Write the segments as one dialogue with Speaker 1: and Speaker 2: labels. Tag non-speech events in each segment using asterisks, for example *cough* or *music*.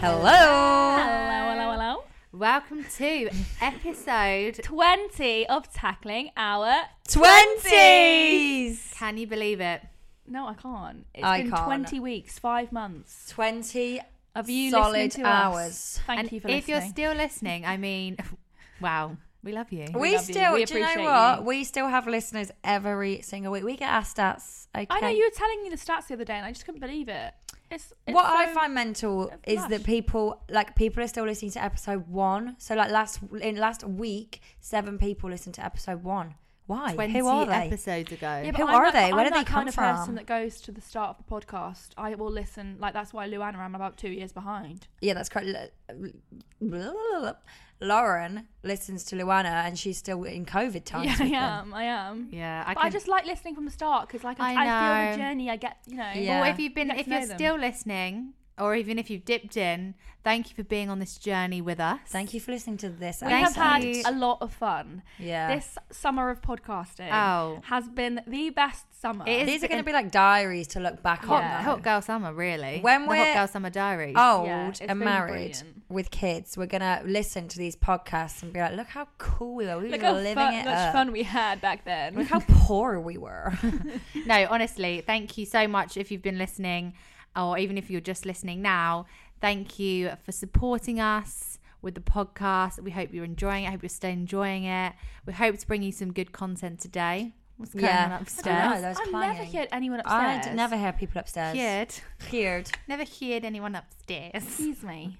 Speaker 1: Hello.
Speaker 2: Hello, hello, hello.
Speaker 3: Welcome to episode.
Speaker 2: 20 of tackling our.
Speaker 1: Twenties.
Speaker 3: Can you believe it?
Speaker 2: No, I can't. It's
Speaker 1: I
Speaker 2: been
Speaker 1: can't.
Speaker 2: 20 weeks, five months
Speaker 1: Twenty.
Speaker 2: of you
Speaker 1: Solid
Speaker 2: listening to
Speaker 1: hours.
Speaker 2: us. Thank
Speaker 3: and
Speaker 2: you for
Speaker 3: if
Speaker 2: listening.
Speaker 3: you're still listening, I mean, *laughs* wow, we love you.
Speaker 1: We,
Speaker 2: love you.
Speaker 1: still.
Speaker 2: We
Speaker 1: do you know
Speaker 2: appreciate
Speaker 1: what?
Speaker 2: you.
Speaker 1: We still have listeners every single week. We get our stats. Okay.
Speaker 2: I know you were telling me the stats the other day, and I just couldn't believe it. It's, it's
Speaker 1: what
Speaker 2: so-
Speaker 1: I find mental is
Speaker 2: lush.
Speaker 1: that people like people are still listening to episode one. So like last in last week, seven people listened to episode one. Why?
Speaker 3: Twenty
Speaker 1: Who are they?
Speaker 3: episodes ago.
Speaker 2: Yeah, but
Speaker 1: Who
Speaker 2: I'm
Speaker 1: are
Speaker 2: that-
Speaker 1: they? Where
Speaker 2: I'm
Speaker 1: do they
Speaker 2: that
Speaker 1: come
Speaker 2: kind of
Speaker 1: from?
Speaker 2: person that goes to the start of the podcast. I will listen. Like that's why Luana, I'm about two years behind.
Speaker 1: Yeah, that's correct. L- l- Lauren listens to Luana, and she's still in COVID times.
Speaker 2: yeah, I
Speaker 1: with them.
Speaker 2: am. I am.
Speaker 3: Yeah,
Speaker 2: I,
Speaker 3: I
Speaker 2: but I
Speaker 3: can.
Speaker 2: just like listening from the start because, like,
Speaker 3: I
Speaker 2: I, I feel the
Speaker 3: know.
Speaker 2: journey. I get, you know.
Speaker 1: Yeah.
Speaker 3: Or if you've been,
Speaker 2: Get to
Speaker 3: if you're
Speaker 2: know them.
Speaker 3: still listening, or even if you've dipped in, thank you for being on this journey with us.
Speaker 1: Thank you for listening to this.
Speaker 2: We
Speaker 3: Thank
Speaker 2: have had
Speaker 3: you.
Speaker 2: a lot of fun.
Speaker 1: yeah.
Speaker 2: This summer of podcasting
Speaker 3: Oh.
Speaker 2: has been the best summer.
Speaker 3: It is-
Speaker 1: These are going to
Speaker 3: and-
Speaker 1: be like diaries to look back
Speaker 3: Hot,
Speaker 1: on. though.
Speaker 3: hot girl summer, really.
Speaker 1: When
Speaker 3: the
Speaker 1: we're-
Speaker 3: hot girl summer diaries.
Speaker 1: Old
Speaker 2: Yeah, it's
Speaker 1: and
Speaker 2: been
Speaker 1: married
Speaker 2: brilliant.
Speaker 1: with kids, we're going to listen to these podcasts and be like, look how cool we were. We
Speaker 2: Look
Speaker 1: were
Speaker 2: how
Speaker 1: living
Speaker 2: fun,
Speaker 1: it
Speaker 2: much
Speaker 1: up.
Speaker 2: fun we had back
Speaker 1: Look
Speaker 2: then.
Speaker 1: how poor we
Speaker 2: *laughs*
Speaker 1: were.
Speaker 3: No, honestly, thank you so much if you've been listening, or even if you're just listening now. Thank you for supporting us with the podcast. We hope you're enjoying it. I hope you're still enjoying it. We hope to bring you some good content today. What's going
Speaker 1: Yeah.
Speaker 3: on
Speaker 1: I
Speaker 3: upstairs?
Speaker 1: know, there's
Speaker 2: I never
Speaker 1: clanging.
Speaker 2: heard anyone
Speaker 1: I
Speaker 2: upstairs.
Speaker 1: d- never hear people upstairs.
Speaker 3: Heard.
Speaker 1: Heard.
Speaker 3: Never heard
Speaker 1: *laughs*
Speaker 3: anyone upstairs.
Speaker 2: Excuse me.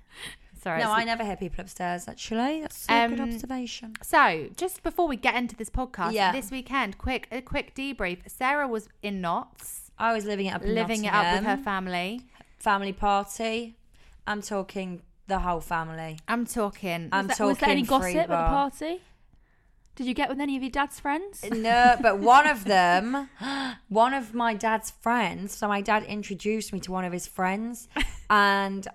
Speaker 3: Sorry.
Speaker 1: No,
Speaker 3: it's-
Speaker 1: I never hear people upstairs, actually. That's a good
Speaker 3: Um,
Speaker 1: observation.
Speaker 3: So, just before we get into this podcast,
Speaker 1: Yeah.
Speaker 3: this weekend, quick a quick debrief. Sarah was in knots,
Speaker 1: I was living it up in
Speaker 3: living it up with her
Speaker 1: Nottingham.
Speaker 3: family.
Speaker 1: family party. I'm talking the whole family.
Speaker 3: I'm talking.
Speaker 1: I'm
Speaker 2: was,
Speaker 1: talking
Speaker 2: there, was there any
Speaker 1: free
Speaker 2: gossip at the
Speaker 1: bar.
Speaker 2: party? Did you get with any of your dad's friends?
Speaker 1: No, but one of them, *gasps* one of my dad's friends. So my dad introduced me to one of his
Speaker 3: *laughs*
Speaker 1: friends, and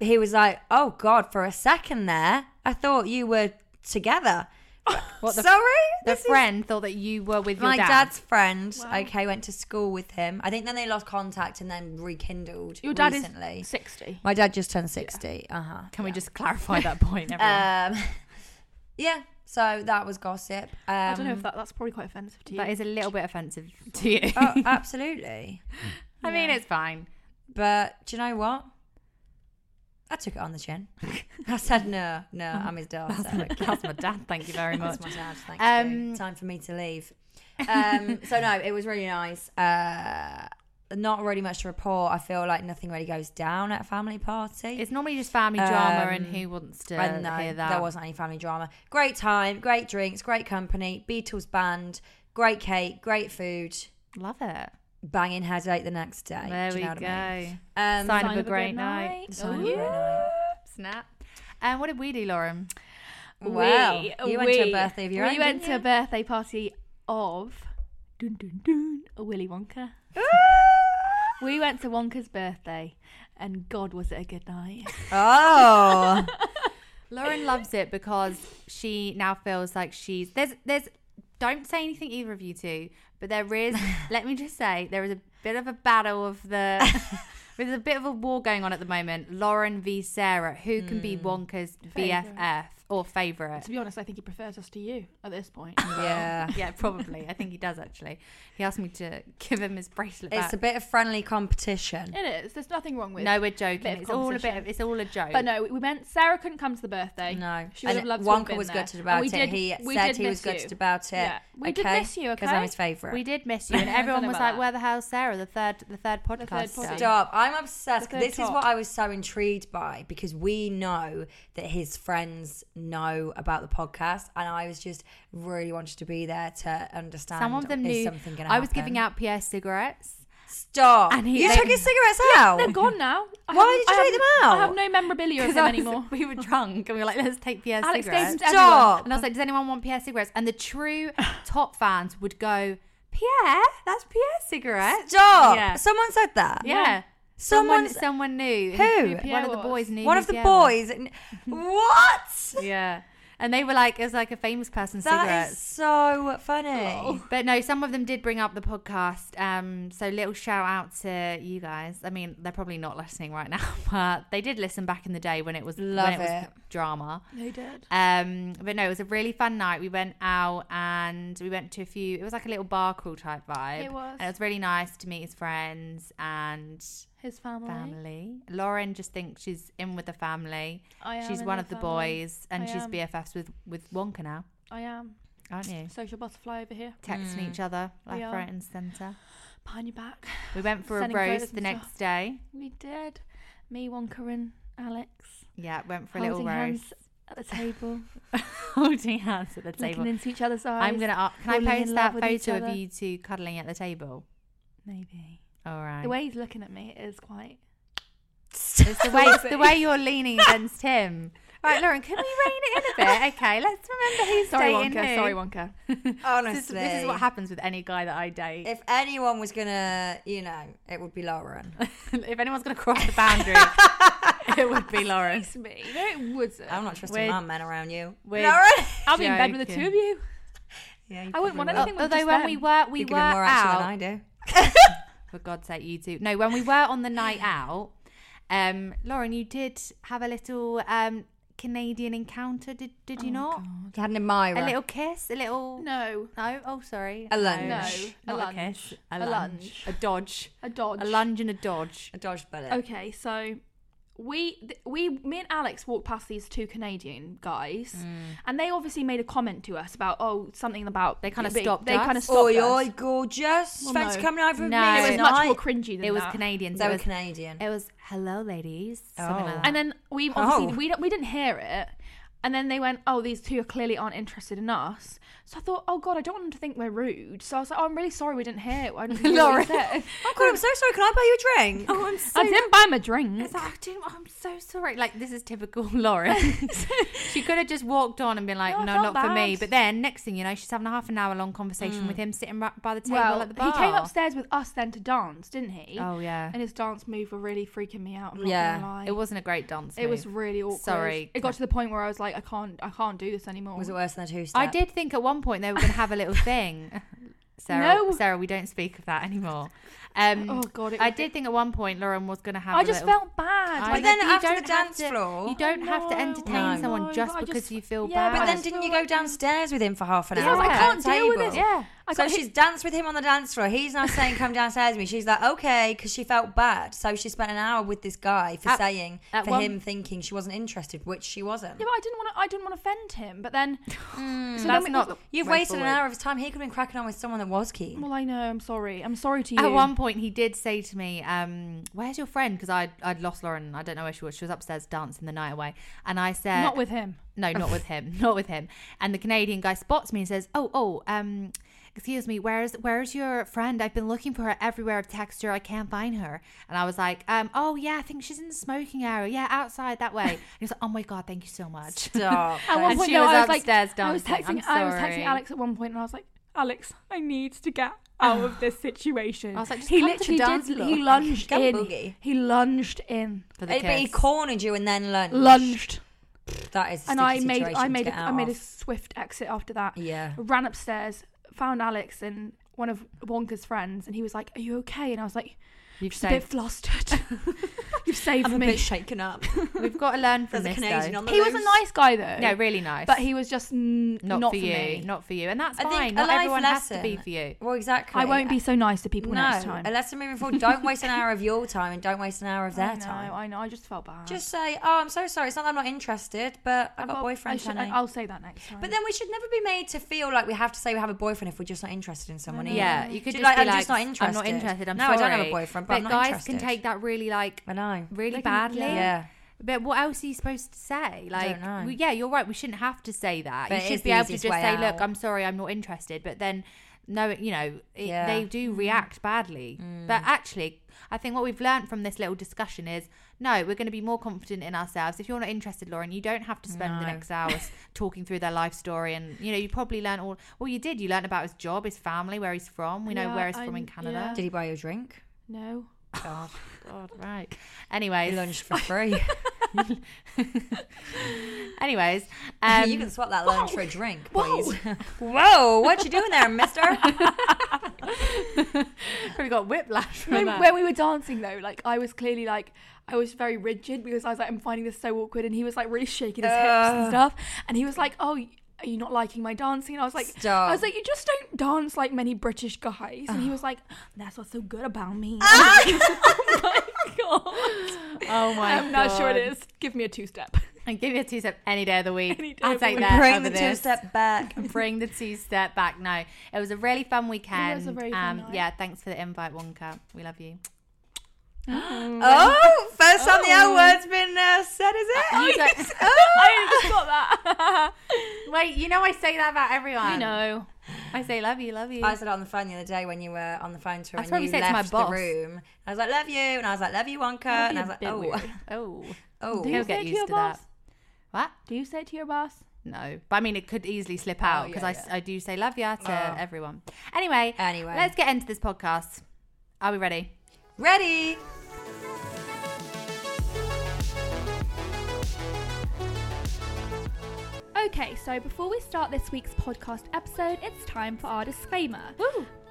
Speaker 1: he was like, "Oh God!" For a second there, I thought you were together.
Speaker 3: *laughs* What the-
Speaker 1: Sorry,
Speaker 3: the
Speaker 1: This is-
Speaker 3: friend thought that you were with your
Speaker 1: my
Speaker 3: dad.
Speaker 1: dad's friend.
Speaker 2: Wow.
Speaker 1: Okay, went to school with him. I think then they lost contact and then rekindled.
Speaker 2: Your dad
Speaker 1: recently.
Speaker 2: is 60.
Speaker 1: My dad just turned sixty. Uh huh.
Speaker 3: Can we just clarify that
Speaker 1: *laughs*
Speaker 3: point, everyone?
Speaker 1: Um, yeah. So that was gossip. Um,
Speaker 2: I don't know if that, that's probably quite offensive to you.
Speaker 3: that is a little bit offensive to you. *laughs*
Speaker 1: oh, absolutely.
Speaker 3: I mean, it's fine.
Speaker 1: But do you know what? I took it on the chin. *laughs* I said, no, no, I'm his daughter.
Speaker 3: That's my dad. Thank
Speaker 1: *laughs*
Speaker 3: you very much.
Speaker 1: That's my dad. Thank
Speaker 3: Um,
Speaker 1: you. Time for me to leave.
Speaker 3: *laughs*
Speaker 1: Um, so, no, it was really nice. Uh, not really much to report. I feel like nothing really goes down at a family party.
Speaker 3: It's normally just family drama, and
Speaker 1: Um,
Speaker 3: who wants to
Speaker 1: I know
Speaker 3: hear that?
Speaker 1: there wasn't any family drama. Great time, great drinks, great company, Beatles band, great cake, great food,
Speaker 3: Love it.
Speaker 1: banging headache the next day. Do
Speaker 3: There
Speaker 1: you
Speaker 3: we
Speaker 1: know
Speaker 3: go.
Speaker 1: what I mean? Um,
Speaker 3: Sign of a great night.
Speaker 1: Sign of a
Speaker 2: Ooh.
Speaker 1: great night.
Speaker 3: Snap. And Um, what did we do, Lauren?
Speaker 1: Wow.
Speaker 2: We-
Speaker 1: You went to a
Speaker 2: we-
Speaker 1: birthday of your
Speaker 2: we
Speaker 1: own,
Speaker 2: went
Speaker 1: didn't
Speaker 2: to a
Speaker 1: you?
Speaker 2: birthday party of dun, dun, dun, a Willy Wonka. we went to Wonka's birthday, and God, was it a good night.
Speaker 1: *laughs* Oh.
Speaker 2: *laughs*
Speaker 3: Lauren loves it because she now feels like she's there's there's don't say anything either of you two, but there is *laughs* let me just say there is a bit of a battle of the *laughs* there's a bit of a war going on at the moment. Lauren v Sarah, who can be Wonka's BFF or favorite?
Speaker 2: to be honest, I think he prefers us to you at this
Speaker 1: *coughs*
Speaker 2: point.
Speaker 1: yeah.
Speaker 3: Yeah, probably. I think he does actually. He asked me to give him his bracelet
Speaker 1: It's
Speaker 3: back.
Speaker 1: a bit of friendly competition.
Speaker 2: it is. There's nothing wrong with.
Speaker 3: no, we're joking.
Speaker 2: bit of
Speaker 3: It's all a bit.
Speaker 2: competition.
Speaker 3: Of, it's all a joke.
Speaker 2: But no, we- we went. Sarah couldn't come to the birthday.
Speaker 1: No.
Speaker 2: she would
Speaker 1: And
Speaker 2: have loved. to have
Speaker 1: Wonka
Speaker 2: been
Speaker 1: was
Speaker 2: there.
Speaker 1: gutted
Speaker 2: And
Speaker 1: about
Speaker 2: we
Speaker 1: it.
Speaker 2: did-
Speaker 1: he
Speaker 2: we
Speaker 1: said
Speaker 2: did
Speaker 1: he was
Speaker 2: miss you.
Speaker 1: gutted about it.
Speaker 2: Yeah. We did miss you,
Speaker 1: Because I'm
Speaker 2: okay?
Speaker 1: his favourite.
Speaker 3: we did miss *laughs* you, and everyone
Speaker 2: Don't
Speaker 3: was
Speaker 2: know about
Speaker 3: like, "Where the hell's Sarah?" The third, the third
Speaker 2: third
Speaker 3: podcast.
Speaker 2: podcast.
Speaker 3: Stop.
Speaker 1: Stop. I'm obsessed.
Speaker 2: The
Speaker 1: 'cause
Speaker 2: third
Speaker 1: This is
Speaker 2: top.
Speaker 1: what I was so intrigued by because we know that his friends know about the podcast, and I was just really wanted to be there to understand.
Speaker 3: Some of them
Speaker 1: is
Speaker 3: knew.
Speaker 1: something going to
Speaker 3: I was giving out PS cigarettes.
Speaker 1: Stop.
Speaker 3: And he-
Speaker 1: you
Speaker 3: they-
Speaker 1: took his cigarettes out.
Speaker 2: They're gone now. I
Speaker 1: Why
Speaker 2: haven't-
Speaker 1: did you
Speaker 2: I
Speaker 1: take them
Speaker 2: haven't-
Speaker 1: out?
Speaker 2: I have no
Speaker 1: *laughs*
Speaker 2: memorabilia of
Speaker 3: Because
Speaker 2: them
Speaker 3: I was-
Speaker 2: anymore.
Speaker 3: *laughs* We were drunk and we were like, let's take PS
Speaker 2: Alex
Speaker 3: cigarettes.
Speaker 2: gave them to
Speaker 1: Stop.
Speaker 2: everyone.
Speaker 3: and I was like, does anyone want PS cigarettes? And the true top fans would go, Pierre, that's Pierre cigarettes.
Speaker 1: Eh? Stop.
Speaker 3: Yeah.
Speaker 1: Someone said that.
Speaker 3: Yeah. Someone,
Speaker 1: Someone's
Speaker 3: someone knew.
Speaker 1: Who?
Speaker 3: One of the
Speaker 2: Pierre
Speaker 3: boys
Speaker 2: was.
Speaker 3: knew.
Speaker 1: one
Speaker 3: who
Speaker 1: of the
Speaker 3: Pierre was. *laughs*
Speaker 1: boys. What?
Speaker 3: Yeah. And they were like, it was like a famous person's
Speaker 1: That is
Speaker 3: cigarettes. Oh.
Speaker 1: so funny. *laughs*
Speaker 3: But no, some of them did bring up the podcast. Um, so little shout out to you guys. I mean, they're probably not listening right now, *laughs* but they did listen back in the day when it was
Speaker 1: Love
Speaker 3: when it, was
Speaker 1: it.
Speaker 3: drama.
Speaker 2: They did.
Speaker 3: Um, but no, it was a really fun night. We went out and we went to a few. It was like a little bar crawl type vibe.
Speaker 2: It was.
Speaker 3: And it was really nice to meet his friends and
Speaker 2: His family.
Speaker 3: family. Lauren just thinks she's in with the family.
Speaker 2: I am
Speaker 3: she's
Speaker 2: in
Speaker 3: one
Speaker 2: their
Speaker 3: of the
Speaker 2: family.
Speaker 3: boys, and
Speaker 2: I
Speaker 3: she's
Speaker 2: am.
Speaker 3: BFFs with with Wonka now,
Speaker 2: I am.
Speaker 3: aren't you?
Speaker 2: Social butterfly over here.
Speaker 3: Texting each other left,
Speaker 2: Mm. We are.
Speaker 3: right, and centre.
Speaker 2: Behind your back.
Speaker 3: We went for
Speaker 2: Sending
Speaker 3: a
Speaker 2: photos
Speaker 3: roast the
Speaker 2: and
Speaker 3: next
Speaker 2: stuff.
Speaker 3: day.
Speaker 2: We did. Me, Wonka, and Alex.
Speaker 3: Yeah, went for a
Speaker 2: holding
Speaker 3: little roast.
Speaker 2: hands at the table.
Speaker 3: holding hands at *laughs* the
Speaker 2: looking
Speaker 3: table.
Speaker 2: into each other's eyes.
Speaker 3: I'm gonna. up can
Speaker 2: falling
Speaker 3: I
Speaker 2: in
Speaker 3: post
Speaker 2: love
Speaker 3: that
Speaker 2: with each
Speaker 3: photo
Speaker 2: other.
Speaker 3: of you two cuddling at the table?
Speaker 2: Maybe.
Speaker 3: All right.
Speaker 2: The way he's looking at me is
Speaker 3: *laughs*
Speaker 2: quite.
Speaker 3: It's the way it's
Speaker 1: *laughs*
Speaker 3: the way you're
Speaker 2: *laughs*
Speaker 3: leaning against him. Right, Lauren, can we rein it in a bit? Okay, let's remember who's
Speaker 2: Sorry,
Speaker 3: dating
Speaker 2: Wonka.
Speaker 3: who.
Speaker 2: Sorry, Wonka.
Speaker 3: *laughs*
Speaker 1: Honestly,
Speaker 3: This is, this is what happens with any guy that I date.
Speaker 1: If anyone was gonna, you know, it would be Lauren.
Speaker 3: *laughs* *laughs* If, anyone's going to cross
Speaker 2: *laughs*
Speaker 3: the boundary, it would be Lauren.
Speaker 2: It's me. No, it wouldn't.
Speaker 1: I'm not trusting
Speaker 3: We're-
Speaker 1: my men around you.
Speaker 3: we're-
Speaker 1: Lauren.
Speaker 2: I'll be in bed with the
Speaker 3: Joking.
Speaker 2: two of you.
Speaker 1: Yeah, you
Speaker 2: I wouldn't want
Speaker 1: probably
Speaker 2: anything
Speaker 1: will.
Speaker 2: think we're
Speaker 3: Although
Speaker 2: just
Speaker 3: when
Speaker 2: them.
Speaker 3: we were we
Speaker 1: You're
Speaker 3: were
Speaker 1: giving more
Speaker 3: out,
Speaker 1: action than I do.
Speaker 3: for God's sake, you two. No, when we were on the night out, um, Lauren, you did have a little um Canadian encounter. Did did you not?
Speaker 1: You had an admirer.
Speaker 3: A little kiss, a little
Speaker 2: No.
Speaker 3: No? Oh, sorry.
Speaker 1: A lunge.
Speaker 2: No.
Speaker 3: No,
Speaker 2: A
Speaker 3: not a,
Speaker 2: lunge.
Speaker 3: kiss. A,
Speaker 2: A
Speaker 3: lunge.
Speaker 2: lunge.
Speaker 3: A dodge.
Speaker 2: A dodge.
Speaker 3: A lunge and a dodge.
Speaker 1: a dodge bullet.
Speaker 2: Okay, so we th- we me and Alex walked past these two Canadian guys, and they obviously made a comment to us about oh something about
Speaker 3: Mm. They kinda
Speaker 2: but
Speaker 3: stopped
Speaker 2: They
Speaker 3: us.
Speaker 2: kind of stopped
Speaker 1: Oh,
Speaker 2: us.
Speaker 1: you're gorgeous.
Speaker 2: Well,
Speaker 1: Thanks for
Speaker 2: no.
Speaker 1: coming over with
Speaker 3: No.
Speaker 1: me.
Speaker 2: It was
Speaker 1: tonight.
Speaker 2: much more cringy than
Speaker 3: It was
Speaker 2: that.
Speaker 3: Canadian. so
Speaker 1: They
Speaker 3: it
Speaker 1: were
Speaker 3: was,
Speaker 1: Canadian.
Speaker 3: it was hello, ladies. Something
Speaker 1: Oh.
Speaker 3: like that.
Speaker 2: And then we obviously
Speaker 1: Oh.
Speaker 2: we don't, we didn't hear it. And then they went, oh, these two clearly aren't interested in us. So I thought, oh god, I don't want them to think we're rude. So I was like, oh, I'm really sorry we didn't hear. It.
Speaker 3: *laughs*
Speaker 2: I didn't hear what
Speaker 3: Lauren.
Speaker 2: you said.
Speaker 1: oh God, I'm so sorry. Can I buy you a drink?
Speaker 3: oh, I'm so.
Speaker 2: I didn't buy him a drink.
Speaker 3: It's like, I do, I'm so sorry. Like this is typical *laughs*
Speaker 2: *laughs*
Speaker 3: Lauren. she could have just walked on and been like,
Speaker 2: No, I
Speaker 3: "No,
Speaker 2: felt
Speaker 3: not for me."
Speaker 2: bad. Mm.
Speaker 3: But then next thing you know, she's having a half an hour long conversation with him sitting right by the table
Speaker 2: Well,
Speaker 3: at the bar.
Speaker 2: he came upstairs with us then to dance, didn't he?
Speaker 3: Oh yeah,
Speaker 2: And his dance move were really freaking me out. I'm not
Speaker 1: Yeah,
Speaker 2: gonna lie.
Speaker 3: it wasn't a great dance.
Speaker 2: It was
Speaker 3: move.
Speaker 2: really awkward.
Speaker 3: Sorry.
Speaker 2: It got to the point where I was like, I can't, I can't do this anymore.
Speaker 1: Was it worse than a two-step?
Speaker 3: I did think at one point they were going to have a
Speaker 2: *laughs*
Speaker 3: little thing. *laughs* Sarah,
Speaker 2: No.
Speaker 3: Sarah, we don't speak of that anymore. Um,
Speaker 2: Oh, God, it
Speaker 3: I
Speaker 2: was-
Speaker 3: did think at one point Lauren was going to have.
Speaker 2: I
Speaker 3: a
Speaker 2: just
Speaker 3: little-
Speaker 2: felt bad.
Speaker 3: I
Speaker 1: But
Speaker 2: Like,
Speaker 1: then
Speaker 3: you
Speaker 1: after
Speaker 3: don't
Speaker 1: the
Speaker 3: have
Speaker 1: dance
Speaker 3: to-
Speaker 1: floor-
Speaker 3: you don't have to
Speaker 2: No,
Speaker 3: entertain
Speaker 1: No.
Speaker 3: someone
Speaker 2: no,
Speaker 3: just
Speaker 2: but I
Speaker 3: because
Speaker 2: just-
Speaker 3: you feel
Speaker 2: yeah,
Speaker 3: bad.
Speaker 1: But then
Speaker 2: I
Speaker 1: didn't
Speaker 2: feel
Speaker 1: you go
Speaker 2: like-
Speaker 1: downstairs with him for half an
Speaker 2: Yeah, I
Speaker 1: hour?
Speaker 2: was like,
Speaker 1: at
Speaker 2: I can't
Speaker 1: the
Speaker 2: deal with
Speaker 1: table?
Speaker 2: this.
Speaker 3: yeah,
Speaker 2: I
Speaker 1: So
Speaker 2: got hit-
Speaker 1: she's danced with him on the dance floor. He's now saying, "Come downstairs with me." She's like, "Okay," because she felt bad. So she spent an hour with this guy for
Speaker 3: At-
Speaker 1: saying,
Speaker 3: at
Speaker 1: for
Speaker 3: one-
Speaker 1: him thinking she wasn't interested, which she wasn't.
Speaker 2: Yeah, but I didn't want to. I didn't want to offend him.
Speaker 3: *laughs*
Speaker 2: But then, Mm, so
Speaker 3: Mm, that's
Speaker 2: then we-
Speaker 3: not. the
Speaker 1: You've
Speaker 3: way
Speaker 1: wasted
Speaker 3: forward.
Speaker 1: an hour of his time. He could have been cracking on with someone that was keen.
Speaker 2: Well, I know. I'm sorry. I'm sorry to you.
Speaker 3: At one point, he did say to me, um, "Where's your friend?" Because I'd, I'd lost Lauren. I don't know where she was. She was upstairs dancing the night away, and I said,
Speaker 2: not with him.
Speaker 3: No, not with him. *laughs* Not with him. And the Canadian guy spots me and says, "Oh, oh, um, excuse me. Where's where's your friend? I've been looking for her everywhere. I've texted her. I can't find her." And I was like, um, "Oh yeah, I think she's in the smoking area. Yeah, outside that way." *laughs* And he was like, "Oh my god, thank you so much."
Speaker 1: Stop.
Speaker 2: *laughs* At one
Speaker 3: And
Speaker 2: point,
Speaker 3: she
Speaker 2: no,
Speaker 3: was
Speaker 2: I was like,
Speaker 3: upstairs
Speaker 2: I was
Speaker 3: dancing.
Speaker 2: texting.
Speaker 3: I'm
Speaker 2: I was
Speaker 3: sorry.
Speaker 2: texting Alex at one point, and I was like, Alex, I need to get out of this situation.
Speaker 3: *laughs* *sighs* I was like, just
Speaker 2: he
Speaker 3: come to the
Speaker 2: literally
Speaker 3: dance
Speaker 2: did.
Speaker 3: floor.
Speaker 2: He lunged
Speaker 1: Come
Speaker 2: in.
Speaker 1: boogie.
Speaker 2: He lunged in.
Speaker 3: For the
Speaker 1: Hey, But he
Speaker 3: kiss.
Speaker 1: cornered you and then lunged.
Speaker 2: Lunged.
Speaker 1: That is. A
Speaker 2: and
Speaker 1: sticky
Speaker 2: I made
Speaker 1: situation
Speaker 2: I
Speaker 1: to
Speaker 2: made
Speaker 1: get
Speaker 2: a,
Speaker 1: out
Speaker 2: I made a
Speaker 1: of.
Speaker 2: swift exit after that.
Speaker 1: Yeah.
Speaker 2: Ran upstairs, found Alex and one of Wonka's friends, and he was like, "Are you okay?" And I was like,
Speaker 3: You've
Speaker 2: "Just a bit
Speaker 1: *laughs*
Speaker 3: saved.
Speaker 2: flustered. You've saved
Speaker 1: I'm a
Speaker 2: me."
Speaker 1: bit shaken
Speaker 2: *laughs*
Speaker 1: up.
Speaker 3: *laughs* We've got to learn from
Speaker 1: There's a
Speaker 3: this.
Speaker 1: Canadian
Speaker 3: though.
Speaker 1: on the
Speaker 2: he was
Speaker 1: loose.
Speaker 2: a nice guy though.
Speaker 3: no, really nice.
Speaker 2: but he was just n-
Speaker 3: not,
Speaker 2: not,
Speaker 3: for, you,
Speaker 2: me.
Speaker 3: not for you, and that's
Speaker 1: I think
Speaker 3: fine.
Speaker 1: a
Speaker 3: Not
Speaker 1: life
Speaker 3: everyone has to be
Speaker 1: lesson-
Speaker 3: for you.
Speaker 1: Well, exactly.
Speaker 2: I won't be so nice to people
Speaker 1: No,
Speaker 2: next time.
Speaker 1: a lesson moving forward. Don't waste an hour of your time and don't waste an hour of their
Speaker 2: I know,
Speaker 1: time.
Speaker 2: I know. I just felt bad.
Speaker 1: Just say, "Oh, I'm so sorry. It's not that I'm not interested, but I've,
Speaker 2: I've
Speaker 1: got a boyfriend."
Speaker 2: Uh, I should,
Speaker 1: honey."
Speaker 2: I, will say that next time.
Speaker 1: But then we should never be made to feel like we have to say we have a boyfriend if we're just not interested in someone. either.
Speaker 3: Yeah, you could
Speaker 1: Do
Speaker 3: just
Speaker 1: you Mm. like,
Speaker 3: be
Speaker 1: I'm just
Speaker 3: like,
Speaker 1: not
Speaker 3: I'm not
Speaker 1: interested.
Speaker 3: interested. I'm
Speaker 1: No, I don't have a
Speaker 3: sorry."
Speaker 1: boyfriend, but
Speaker 3: But
Speaker 1: I'm not
Speaker 3: guys
Speaker 1: interested.
Speaker 3: can take that really like
Speaker 1: I know.
Speaker 3: really
Speaker 2: They can-
Speaker 3: badly.
Speaker 2: yeah.
Speaker 1: Yeah.
Speaker 3: But what else are you supposed to say? Like,
Speaker 1: know.
Speaker 3: we- yeah, you're right. We shouldn't have to say that.
Speaker 1: But it
Speaker 3: you
Speaker 1: is
Speaker 3: should be
Speaker 1: the
Speaker 3: able to
Speaker 1: easiest
Speaker 3: just
Speaker 1: way
Speaker 3: say, "Look,
Speaker 1: out.
Speaker 3: I'm sorry, I'm not interested." But then, no, you know, it,
Speaker 1: Yeah. Mm.
Speaker 3: they do react badly. But actually, I think what we've learned from this little discussion is, no, we're going to be more confident in ourselves. If you're not interested, Lauren, you don't have to spend the
Speaker 1: No. *laughs*
Speaker 3: next hours talking through their life story. And you know, you probably learn all. Well, you did. You learned about his job, his family, where he's from. We know
Speaker 2: Yeah,
Speaker 3: where he's from in
Speaker 2: I'm-
Speaker 3: Canada.
Speaker 1: Did he buy you a drink?
Speaker 2: no.
Speaker 1: God,
Speaker 3: God, right.
Speaker 1: *laughs* he
Speaker 3: Anyways,
Speaker 2: *laughs*
Speaker 1: lunched for free. *laughs*
Speaker 3: Anyways, um,
Speaker 1: *laughs* you can swap that lunch for a drink, please. Whoa, what you doing there,
Speaker 2: *laughs*
Speaker 1: mister?
Speaker 3: probably got *laughs* whiplash from
Speaker 2: when,
Speaker 3: that.
Speaker 2: when we were dancing though, like I was clearly like I was very rigid because I was like I'm finding this so awkward, and he was like really shaking his hips and
Speaker 1: Ugh.
Speaker 2: stuff, and he was like, "Oh, y- are you not liking my dancing?" And I was like,
Speaker 1: Stop.
Speaker 2: "I was like, you just don't dance like many British guys," and he was like, "That's what's so good about me." *laughs*
Speaker 3: oh my
Speaker 2: I'm not sure it
Speaker 3: God.
Speaker 2: is. Give me a two step.
Speaker 3: And give me a two step any day of the week.
Speaker 2: Any day
Speaker 3: I'll
Speaker 2: of the
Speaker 3: take
Speaker 2: week.
Speaker 3: that.
Speaker 1: Bring
Speaker 3: over
Speaker 1: the two
Speaker 3: this.
Speaker 1: step back.
Speaker 3: Bring the two step back. No, it was a really fun weekend. Um,
Speaker 2: a very fun night.
Speaker 3: Yeah, thanks for the invite, Wonka. We love you.
Speaker 1: Oh, first time the
Speaker 3: Oh.
Speaker 1: L word's been uh, said, is it?
Speaker 3: You
Speaker 1: Oh,
Speaker 3: don't- *laughs*
Speaker 2: I just got that.
Speaker 3: Wait, you know I say that about everyone.
Speaker 2: I *laughs* know.
Speaker 3: I say love you, love you.
Speaker 1: I said it on the phone the other day when you were on the phone to her
Speaker 3: That's what
Speaker 1: and
Speaker 3: we
Speaker 1: you
Speaker 3: said to my
Speaker 1: left
Speaker 3: boss.
Speaker 1: the room. I was like, love you. And I was like, love you, Wonka. And I was like,
Speaker 2: That'd be a
Speaker 1: oh,
Speaker 2: bit
Speaker 3: oh,
Speaker 1: oh.
Speaker 2: Do you
Speaker 3: he'll
Speaker 2: say it
Speaker 3: get
Speaker 2: to
Speaker 3: used
Speaker 2: your
Speaker 3: to that.
Speaker 2: boss?
Speaker 3: What?
Speaker 2: Do you say it to your boss? Oh,
Speaker 3: No, but I mean it could easily slip out
Speaker 2: yeah,
Speaker 3: because I, I do say love ya to
Speaker 1: Oh.
Speaker 3: everyone. Anyway,
Speaker 1: Anyway.
Speaker 3: let's get into this podcast. Are we ready?
Speaker 1: Ready?
Speaker 2: Okay, so before we start this week's podcast episode, it's time for our disclaimer.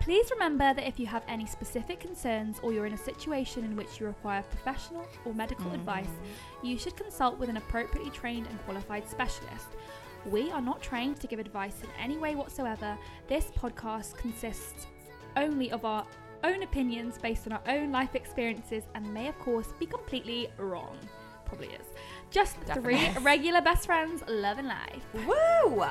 Speaker 2: Please remember that if you have any specific concerns or you're in a situation in which you require professional or medical advice, you should consult with an appropriately trained and qualified specialist. We are not trained to give advice in any way whatsoever. This podcast consists only of our own opinions based on our own life experiences and may, of course, be completely wrong. Probably is. Just three
Speaker 1: Definitely.
Speaker 2: regular best friends, love and life.
Speaker 1: Woo!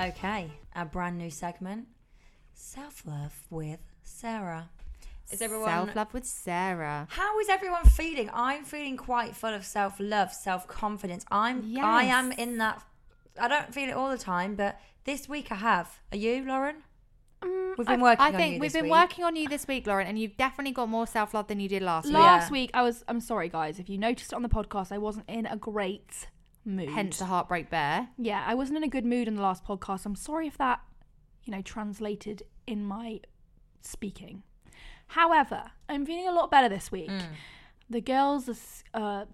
Speaker 1: Okay, a brand new segment Self Love with Sarah. Is everyone.
Speaker 3: self love with Sarah?
Speaker 1: How is everyone feeling? I'm feeling quite full of self love, self confidence. I'm I
Speaker 3: Yes.
Speaker 1: am in that I don't feel it all the time, but this week I have. Are you, Lauren? we've been working
Speaker 3: Mm, I
Speaker 1: on
Speaker 3: think
Speaker 1: you this
Speaker 3: we've been
Speaker 1: week.
Speaker 3: working on you this week, Lauren, and you've definitely got more self love than you did last week.
Speaker 2: Last
Speaker 1: Yeah.
Speaker 2: week, I was. I'm sorry, guys. If you noticed on the podcast, I wasn't in a great mood.
Speaker 3: Hence the heartbreak bear.
Speaker 2: yeah, I wasn't in a good mood in the last podcast. I'm sorry if that, you know, translated in my speaking. However, I'm feeling a lot better this week.
Speaker 1: Mm.
Speaker 2: The girls are s- uh,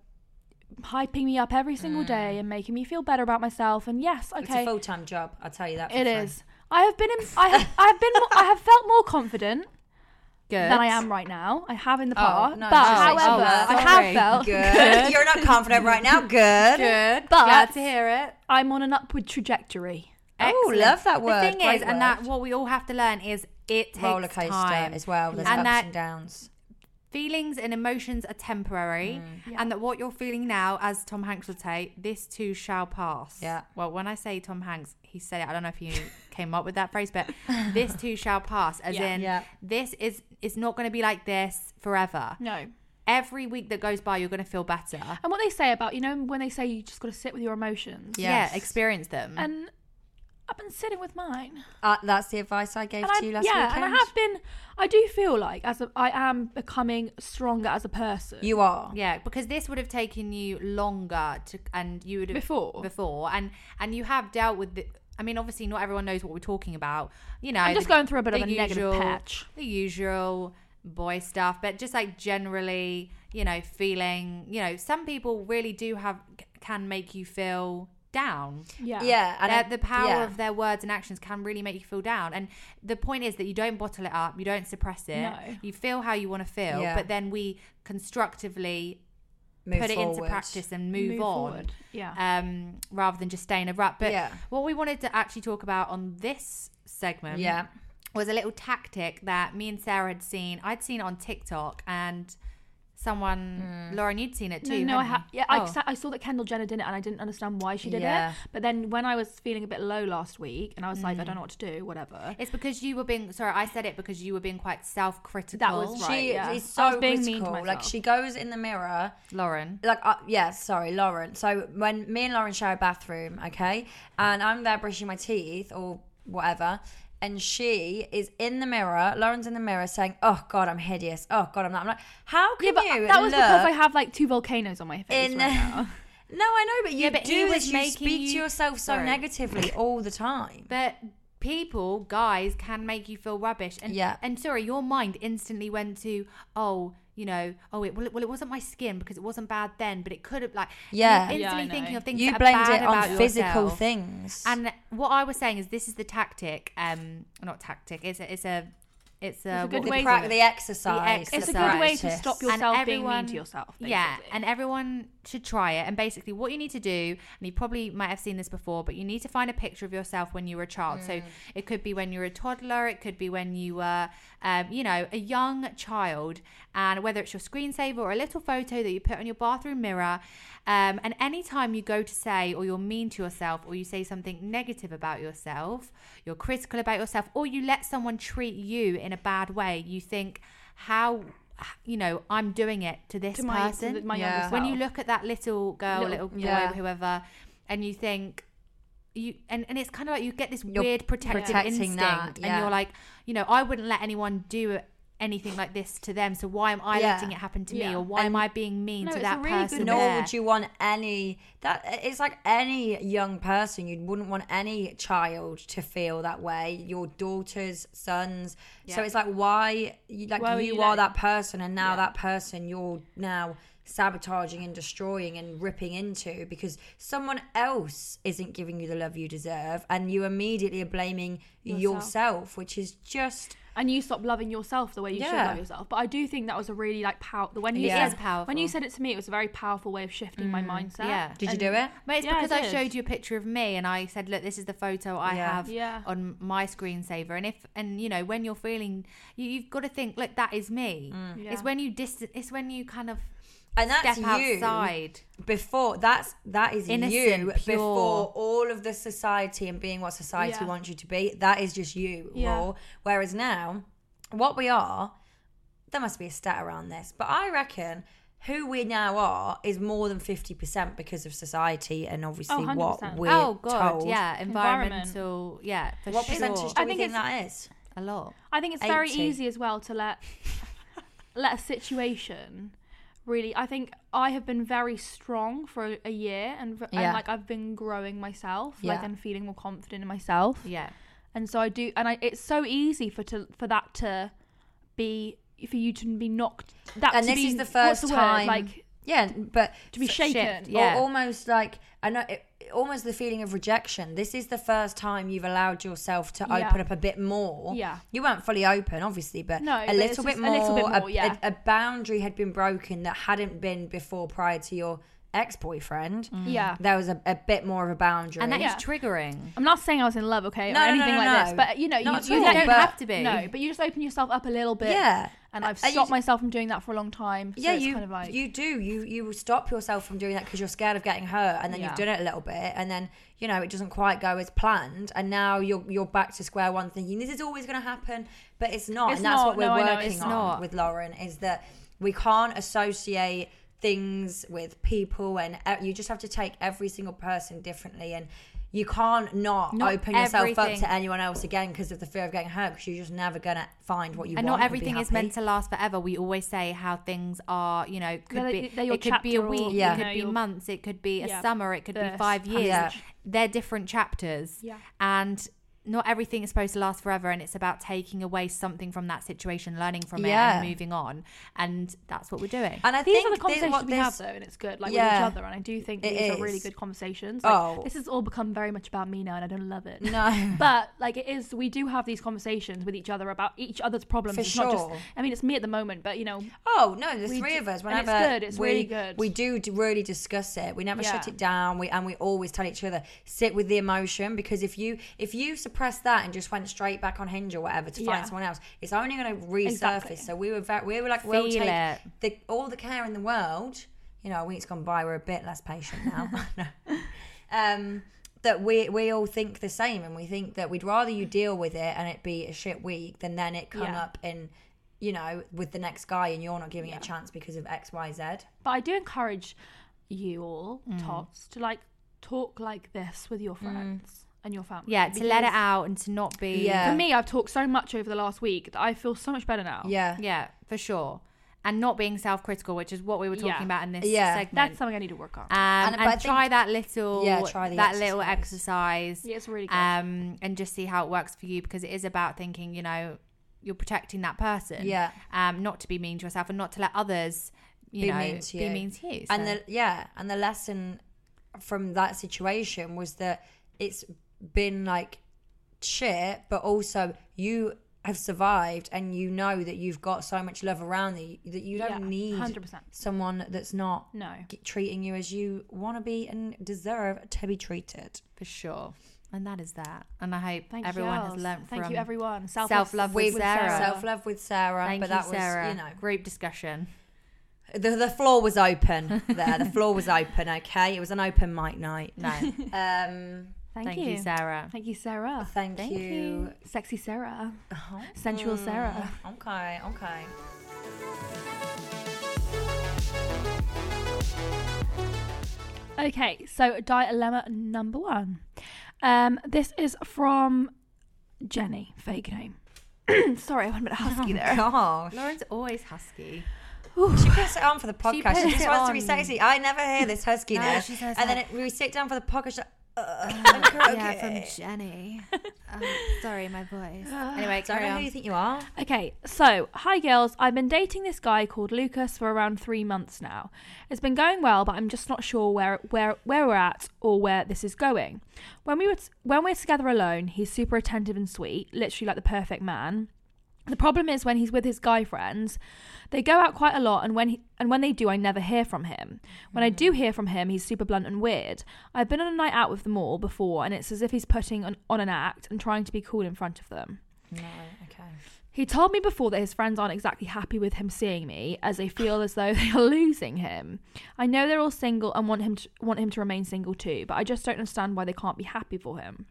Speaker 2: hyping me up every single day and making me feel better about myself. And yes,
Speaker 1: Mm.
Speaker 2: okay,
Speaker 1: It's a full time job. I'll tell you that. For
Speaker 2: it
Speaker 1: free.
Speaker 2: is. I have been.
Speaker 1: *laughs*
Speaker 2: In, I have. I have been. mo- I have felt more confident
Speaker 3: Good.
Speaker 2: than I am right now. I have in the
Speaker 1: Oh,
Speaker 2: past,
Speaker 1: no, Oh,
Speaker 2: but
Speaker 1: just
Speaker 3: like
Speaker 2: however,
Speaker 1: that.
Speaker 2: I
Speaker 3: Sorry.
Speaker 2: have felt
Speaker 1: Good. *laughs* You're not confident right *laughs* now. Good.
Speaker 3: Good.
Speaker 2: But-
Speaker 3: Glad to hear it.
Speaker 2: I'm on an upward trajectory.
Speaker 1: Oh, love that word.
Speaker 3: The thing
Speaker 1: Great
Speaker 3: is, and that
Speaker 1: word.
Speaker 3: what we all have to learn is it takes
Speaker 1: Roller coaster
Speaker 3: time.
Speaker 1: as well. There's
Speaker 3: And
Speaker 1: ups
Speaker 3: that-
Speaker 1: and downs.
Speaker 3: feelings and emotions are temporary
Speaker 1: Mm.
Speaker 3: and that what you're feeling now as tom hanks would say this too shall pass
Speaker 1: Yeah.
Speaker 3: well when i say tom hanks he said it i don't know if you *laughs* came up with that phrase but this too shall pass as
Speaker 2: Yeah.
Speaker 3: in
Speaker 1: Yeah.
Speaker 3: this is it's not going to be like this forever
Speaker 2: No.
Speaker 3: every week that goes by you're going to feel better yeah,
Speaker 2: And what they say about, you know, when they say you just got to sit with your emotions.
Speaker 1: Yes.
Speaker 3: experience them
Speaker 2: And I've been sitting with mine.
Speaker 1: Uh, that's the advice I gave
Speaker 2: And I,
Speaker 1: to you last
Speaker 2: yeah,
Speaker 1: weekend.
Speaker 2: and I have been, I do feel like as a, I am becoming stronger as a person.
Speaker 1: You are.
Speaker 3: yeah because this would have taken you longer to and you would have
Speaker 2: Before.
Speaker 3: before and and you have dealt with the, i mean obviously not everyone knows what we're talking about you know
Speaker 2: I'm just
Speaker 3: the-
Speaker 2: going through a bit of
Speaker 3: the
Speaker 2: a negative
Speaker 3: usual-
Speaker 2: patch.
Speaker 3: the usual boy stuff, but just like generally, you know, feeling, you know, some people really do have c- can make you feel down.
Speaker 2: Yeah.
Speaker 1: Yeah, and
Speaker 3: Their-
Speaker 1: I-
Speaker 3: the power
Speaker 1: yeah.
Speaker 3: of their words and actions can really make you feel down. And the point is that you don't bottle it up, you don't suppress it.
Speaker 2: No.
Speaker 3: You feel how you want to feel,
Speaker 1: Yeah.
Speaker 3: but then we constructively
Speaker 1: Move
Speaker 3: put it into
Speaker 1: forward.
Speaker 3: practice and move, on
Speaker 2: forward. Yeah.
Speaker 3: um, rather than just stay in a rut. But
Speaker 1: Yeah.
Speaker 3: what we wanted to actually talk about on this segment
Speaker 1: Yeah.
Speaker 3: was a little tactic that me and Sarah had seen. I'd seen it on TikTok and someone, Lauren, you'd seen it
Speaker 2: Mm. no,
Speaker 3: too.
Speaker 2: no, I
Speaker 3: hadn't
Speaker 2: ha-
Speaker 3: you?
Speaker 2: yeah, I,
Speaker 3: Oh.
Speaker 2: sa- I saw that Kendall Jenner did it, and I didn't understand why she did
Speaker 1: Yeah.
Speaker 2: it. But then when I was feeling a bit low last week, and I was like, I don't know what to do, whatever.
Speaker 3: Mm. It's because you were being, sorry, I said it because you were being quite self critical.
Speaker 2: That was right.
Speaker 1: She
Speaker 2: yeah.
Speaker 1: is so
Speaker 2: I was being mean to
Speaker 1: critical. Like
Speaker 2: myself.
Speaker 1: she goes in the mirror
Speaker 3: Lauren.
Speaker 1: like uh, yeah sorry lauren so when me and lauren share a bathroom okay and i'm there brushing my teeth or whatever and she is in the mirror lauren's in the mirror saying oh god i'm hideous oh god i'm not i'm like how
Speaker 2: Yeah,
Speaker 1: can
Speaker 2: but
Speaker 1: you
Speaker 2: that was
Speaker 1: look
Speaker 2: because I have like two volcanoes on my face
Speaker 1: in
Speaker 3: *laughs*
Speaker 2: right now.
Speaker 1: no i know but you
Speaker 3: Yeah, but he
Speaker 1: do
Speaker 3: was
Speaker 1: this you
Speaker 3: making
Speaker 1: speak
Speaker 3: you-
Speaker 1: to yourself so
Speaker 3: Sorry.
Speaker 1: negatively all the time
Speaker 3: But people, guys, can make you feel rubbish. And
Speaker 1: Yeah.
Speaker 3: and sorry, your mind instantly went to, oh, you know, oh, it well, it, well, it wasn't my skin because it wasn't bad then, but it could have like you
Speaker 1: Yeah.
Speaker 3: instantly
Speaker 2: Yeah, I
Speaker 3: thinking
Speaker 2: know.
Speaker 3: of things
Speaker 1: you
Speaker 3: that
Speaker 1: blamed
Speaker 3: are bad
Speaker 1: it
Speaker 3: about
Speaker 1: on physical
Speaker 3: yourself.
Speaker 1: things.
Speaker 3: And what I was saying is this is the tactic, um, not tactic. It's a, it's a, it's a,
Speaker 2: a
Speaker 3: what
Speaker 2: good
Speaker 1: the,
Speaker 3: would
Speaker 2: way
Speaker 3: you
Speaker 2: to-
Speaker 3: call
Speaker 1: pra-
Speaker 3: it?
Speaker 1: the exercise.
Speaker 3: It's
Speaker 2: It's
Speaker 1: the
Speaker 2: a good way to
Speaker 1: practice.
Speaker 2: stop
Speaker 3: your- And
Speaker 2: yourself being mean
Speaker 3: everyone-
Speaker 2: to yourself.
Speaker 3: Yeah,
Speaker 2: basically.
Speaker 3: and everyone should try it. And basically, what you need to do, and you probably might have seen this before, but you need to find a picture of yourself when you were a child. So
Speaker 2: Mm.
Speaker 3: it could be when you were a toddler, it could be when you were, um, you know, a young child, and whether it's your screensaver or a little photo that you put on your bathroom mirror. Um, and anytime you go to say, or you're mean to yourself, or you say something negative about yourself, you're critical about yourself, or you let someone treat you in a bad way, you think, how, you know, I'm doing it to this
Speaker 2: to my, to
Speaker 3: person.
Speaker 2: the- my
Speaker 1: Yeah.
Speaker 2: younger
Speaker 3: when you
Speaker 2: self.
Speaker 3: look at that little girl,
Speaker 2: Little-
Speaker 3: little, boy,
Speaker 1: yeah.
Speaker 3: whoever, and you think you and, and it's kind of like you get this
Speaker 1: You're
Speaker 3: weird protective
Speaker 1: protecting
Speaker 3: instinct,
Speaker 1: that, yeah.
Speaker 3: and you're like, you know, I wouldn't let anyone do anything like this to them. So why am I
Speaker 1: Yeah.
Speaker 3: letting it happen to me,
Speaker 2: Yeah.
Speaker 3: or why am
Speaker 1: And-
Speaker 3: I being mean
Speaker 2: No,
Speaker 3: to
Speaker 2: it's
Speaker 3: that
Speaker 2: a really good
Speaker 3: person?
Speaker 1: nor
Speaker 3: there?
Speaker 1: would you want any that it's like any young person you wouldn't want any child to feel that way your daughters sons so
Speaker 3: Yeah.
Speaker 1: it's like why you like
Speaker 2: Why were
Speaker 1: you,
Speaker 2: you
Speaker 1: are
Speaker 2: letting-
Speaker 1: that person and now
Speaker 2: Yeah.
Speaker 1: that person you're now sabotaging and destroying and ripping into because someone else isn't giving you the love you deserve and you immediately are blaming yourself,
Speaker 2: Yourself.
Speaker 1: which is just
Speaker 2: and you stop loving yourself the way you
Speaker 1: Yeah.
Speaker 2: should love yourself. But I do think that was a really like power. When you
Speaker 1: It
Speaker 2: said,
Speaker 1: is
Speaker 3: powerful. Mm.
Speaker 2: When you said it to me, it was a very powerful way of shifting my mindset.
Speaker 3: yeah.
Speaker 1: did
Speaker 2: And-
Speaker 1: you do it
Speaker 3: But it's
Speaker 2: Yeah, I
Speaker 3: because I,
Speaker 2: did.
Speaker 3: showed you a picture of me and I said, look, this is the photo I
Speaker 1: Yeah.
Speaker 3: have
Speaker 2: Yeah.
Speaker 3: on my screensaver. And if, and you know, when you're feeling, you, you've got to think, look, that is me.
Speaker 2: Yeah.
Speaker 3: It's when you distance, it's when you kind of
Speaker 1: and Mm. that's
Speaker 3: step
Speaker 1: you
Speaker 3: outside.
Speaker 1: before that's that is you
Speaker 3: Innocent, pure.
Speaker 1: before all of the society and being what society
Speaker 2: Yeah.
Speaker 1: wants you to be that is just you
Speaker 2: Yeah.
Speaker 1: raw whereas now what we are there must be a stat around this but i reckon who we now are is more than 50% because of society and obviously what
Speaker 2: 100%.
Speaker 1: we're
Speaker 3: oh god,
Speaker 1: told
Speaker 3: yeah,
Speaker 2: Environment.
Speaker 3: environmental, yeah, for
Speaker 1: what
Speaker 3: sure,
Speaker 1: percentage do
Speaker 2: I
Speaker 1: we
Speaker 2: think
Speaker 1: think
Speaker 2: it's-
Speaker 1: that is
Speaker 3: a lot.
Speaker 2: I think it's very
Speaker 1: 80.
Speaker 2: easy as well to let *laughs* let a situation really. I think I have been very strong for a, a year, and, v-
Speaker 1: Yeah.
Speaker 2: and like I've been growing myself, like
Speaker 1: Yeah.
Speaker 2: and feeling more confident in myself.
Speaker 3: Yeah,
Speaker 2: And so I do, and I, it's so easy for to for that to be for you to be knocked. That
Speaker 1: and
Speaker 2: to
Speaker 1: this
Speaker 2: be-
Speaker 1: is the
Speaker 2: what's
Speaker 1: first
Speaker 2: word?
Speaker 1: time
Speaker 2: like
Speaker 1: yeah but
Speaker 2: to be
Speaker 1: f-
Speaker 2: shaken.
Speaker 3: shift,
Speaker 1: Or
Speaker 3: Yeah.
Speaker 1: almost like I know, it, almost the feeling of rejection. This is the first time you've allowed yourself to
Speaker 2: Yeah.
Speaker 1: open up a bit more.
Speaker 2: Yeah.
Speaker 1: you weren't fully open, obviously, but
Speaker 2: No,
Speaker 1: a
Speaker 2: but it's
Speaker 1: little bit
Speaker 2: just
Speaker 1: more.
Speaker 2: a little bit more,
Speaker 1: a-
Speaker 2: yeah.
Speaker 1: a, a boundary had been broken that hadn't been before prior to your ex-boyfriend.
Speaker 2: Yeah.
Speaker 1: There was a, a bit more of a boundary,
Speaker 3: and that is
Speaker 2: Yeah.
Speaker 3: triggering.
Speaker 2: I'm not saying I was in love, okay,
Speaker 1: No, no,
Speaker 2: or
Speaker 1: no,
Speaker 2: anything
Speaker 1: no,
Speaker 2: like
Speaker 1: no.
Speaker 2: this, but you know,
Speaker 1: Not at
Speaker 2: you,
Speaker 1: all,
Speaker 2: you
Speaker 3: You don't
Speaker 1: but-
Speaker 3: have to be.
Speaker 2: no, but you just open yourself up a little bit.
Speaker 1: yeah.
Speaker 2: and I've
Speaker 1: And you
Speaker 2: stopped
Speaker 1: just-
Speaker 2: myself from doing that for a long time. So
Speaker 1: yeah,
Speaker 2: it's
Speaker 1: you
Speaker 2: kind of like
Speaker 1: you do you you stop yourself from doing that because you're scared of getting hurt, and then you've
Speaker 2: Yeah.
Speaker 1: done it a little bit, and then you know it doesn't quite go as planned, and now you're you're back to square one, thinking this is always going to happen, but it's not,
Speaker 2: It's
Speaker 1: and that's what
Speaker 2: not.
Speaker 1: we're
Speaker 2: No, I know,
Speaker 1: working
Speaker 2: it's
Speaker 1: on
Speaker 3: not.
Speaker 1: with Lauren is that we can't associate things with people, and uh, you just have to take every single person differently, and. You can't not,
Speaker 3: Not
Speaker 1: open yourself up
Speaker 3: everything-
Speaker 1: to anyone else again because of the fear of getting hurt because you're just never gonna find what you
Speaker 3: And
Speaker 1: want.
Speaker 3: not
Speaker 1: be
Speaker 3: everything is
Speaker 1: happy.
Speaker 3: meant to last forever. We always say how things are, you know, could
Speaker 2: They're
Speaker 3: be
Speaker 2: like- they're your
Speaker 3: it could be a
Speaker 2: chapter or,
Speaker 3: week,
Speaker 1: Yeah. you
Speaker 3: it could
Speaker 2: know,
Speaker 3: be
Speaker 2: your-
Speaker 3: months, it could be a
Speaker 2: Yeah.
Speaker 3: summer, it could be
Speaker 2: Burst,
Speaker 3: five years.
Speaker 1: passage.
Speaker 3: They're different chapters.
Speaker 2: Yeah.
Speaker 3: And not everything is supposed to last forever and it's about taking away something from that situation, learning from it
Speaker 1: Yeah.
Speaker 3: and moving on. And that's what we're doing.
Speaker 1: And I
Speaker 2: these
Speaker 1: think
Speaker 2: are the
Speaker 1: thi-
Speaker 2: conversations
Speaker 1: what
Speaker 2: we have
Speaker 1: this-
Speaker 2: though, and it's good, like
Speaker 1: Yeah.
Speaker 2: with each other. And I do think
Speaker 1: It
Speaker 2: these are really
Speaker 1: is.
Speaker 2: good conversations. Like,
Speaker 1: Oh.
Speaker 2: this has all become very much about me now, and I don't love it.
Speaker 1: No. *laughs*
Speaker 2: But like it is, we do have these conversations with each other about each other's problems.
Speaker 1: For
Speaker 2: it's not just,
Speaker 1: sure.
Speaker 2: I mean, it's me at the moment, but you know,
Speaker 1: Oh no, the
Speaker 2: We
Speaker 1: three
Speaker 2: do-
Speaker 1: of us.
Speaker 2: and it's
Speaker 1: Whenever
Speaker 2: good, it's
Speaker 1: we,
Speaker 2: really good.
Speaker 1: We do d- really discuss it. We never shut
Speaker 2: Yeah.
Speaker 1: it down. We and we always tell each other sit with the emotion because if you if you suppress that and just went straight back on hinge or whatever to
Speaker 2: Yeah.
Speaker 1: find someone else, it's only going to resurface.
Speaker 2: Exactly.
Speaker 1: So we were very, we were like we'll
Speaker 3: Feel
Speaker 1: take
Speaker 3: it.
Speaker 1: the all the care in the world. You know, a week's gone by. We're a bit less patient
Speaker 2: *laughs*
Speaker 1: now. *laughs* No. Um, that we we all think the same, and we think that we'd rather you deal with it and it be a shit week than then it come
Speaker 2: Yeah.
Speaker 1: up in you know, with the next guy and you're not giving it a chance because of X, Y, Z.
Speaker 2: but I do encourage you all,
Speaker 3: Mm.
Speaker 2: tots, to like talk like this with your friends and your family.
Speaker 3: yeah, to let it
Speaker 2: because
Speaker 3: out and to not be
Speaker 1: Yeah.
Speaker 2: For me, I've talked so much over the last week that I feel so much better now.
Speaker 1: Yeah.
Speaker 3: Yeah, for sure. and not being self-critical, which is what we were talking
Speaker 2: Yeah.
Speaker 3: about in this
Speaker 1: Yeah.
Speaker 3: segment.
Speaker 2: That's something I need to work on.
Speaker 3: um, and
Speaker 1: but I think-
Speaker 3: try that little,
Speaker 1: Yeah, try the
Speaker 3: that little
Speaker 1: exercise.
Speaker 3: exercise,
Speaker 2: yeah, it's really good.
Speaker 3: um, and just see how it works for you because it is about thinking, you know, you're protecting that person,
Speaker 1: Yeah.
Speaker 3: um, not to be mean to yourself and not to let others, you
Speaker 1: Be
Speaker 3: know,
Speaker 1: mean to
Speaker 3: be
Speaker 1: you.
Speaker 3: mean to you.
Speaker 1: and
Speaker 3: So-
Speaker 1: the yeah and the lesson from that situation was that it's been like shit but also you have survived and you know that you've got so much love around you that you don't
Speaker 2: Yeah,
Speaker 1: need
Speaker 2: 100%.
Speaker 1: someone that's not
Speaker 2: No.
Speaker 1: g- treating you as you want to be and deserve to be treated
Speaker 3: for sure. And that is that. And I hope
Speaker 2: Thank
Speaker 3: everyone
Speaker 2: you.
Speaker 3: has
Speaker 2: Els.
Speaker 3: learnt
Speaker 2: Thank
Speaker 3: from
Speaker 2: you, everyone. Self,
Speaker 3: self-love with Sarah.
Speaker 1: self-love with sarah
Speaker 3: Thank
Speaker 1: but
Speaker 3: you,
Speaker 1: that was
Speaker 3: Sarah.
Speaker 1: you know
Speaker 3: group discussion.
Speaker 1: the, the floor was
Speaker 3: *laughs*
Speaker 1: open there the floor was open okay it was an open mic night
Speaker 3: No, thank,
Speaker 1: um
Speaker 2: Thank,
Speaker 3: you.
Speaker 2: you.
Speaker 3: Sarah.
Speaker 2: Thank you, Sarah.
Speaker 1: thank,
Speaker 3: Oh, Thank Uh-huh.
Speaker 1: you.
Speaker 2: Sexy Sarah.
Speaker 1: Oh.
Speaker 2: Sensual Sarah.
Speaker 1: *sighs* Okay, okay.
Speaker 2: Okay, so dilemma number one. Um, this is from Jenny, fake name. *clears throat* Sorry, I went a bit
Speaker 3: Oh,
Speaker 1: *laughs*
Speaker 2: husky there.
Speaker 1: Gosh.
Speaker 3: Lauren's always husky.
Speaker 1: She puts it on for the podcast. She,
Speaker 3: puts
Speaker 1: just
Speaker 3: it
Speaker 1: wants to be
Speaker 3: on.
Speaker 1: sexy. I never hear
Speaker 3: *laughs*
Speaker 1: this huskiness.
Speaker 3: No, she says
Speaker 1: and then
Speaker 3: that.
Speaker 1: it, we sit down for the podcast. she's like, uh, okay.
Speaker 3: Yeah, from *laughs* Jenny. Um, sorry, my voice. Anyway,
Speaker 1: Don't
Speaker 3: carry
Speaker 1: know who you
Speaker 3: on.
Speaker 1: think you are.
Speaker 2: Okay, so, hi girls. I've been dating this guy called Lucas for around three months now. It's been going well, but I'm just not sure where where where we're at or where this is going. When we were t- when we're together alone, he's super attentive and sweet, literally like the perfect man. The problem is when he's with his guy friends, they go out quite a lot, and when he, and when they do, I never hear from him. When I do hear from him, he's super blunt and weird. I've been on a night out with them all before, and it's as if he's putting on, on an act and trying to be cool in front of them.
Speaker 1: No, okay.
Speaker 2: He told me before that his friends aren't exactly happy with him seeing me, as they feel as though *laughs* they are losing him. I know they're all single and want him to, want him to remain single too, but I just don't understand why they can't be happy for him.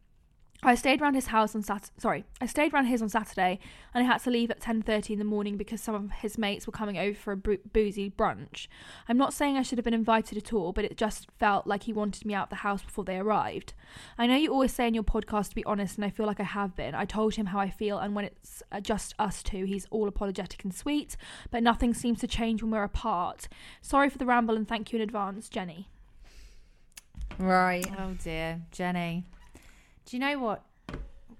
Speaker 2: I stayed around his house on Sat. Sorry, I stayed around his on Saturday, and I had to leave at ten thirty in the morning because some of his mates were coming over for a bru- boozy brunch. I'm not saying I should have been invited at all, but it just felt like he wanted me out the house before they arrived. I know you always say in your podcast to be honest, and I feel like I have been. I told him how I feel, and when it's uh, just us two, he's all apologetic and sweet, but nothing seems to change when we're apart. Sorry for the ramble, and thank you in advance, Jenny.
Speaker 1: Right.
Speaker 3: Oh dear, Jenny. Do you know what?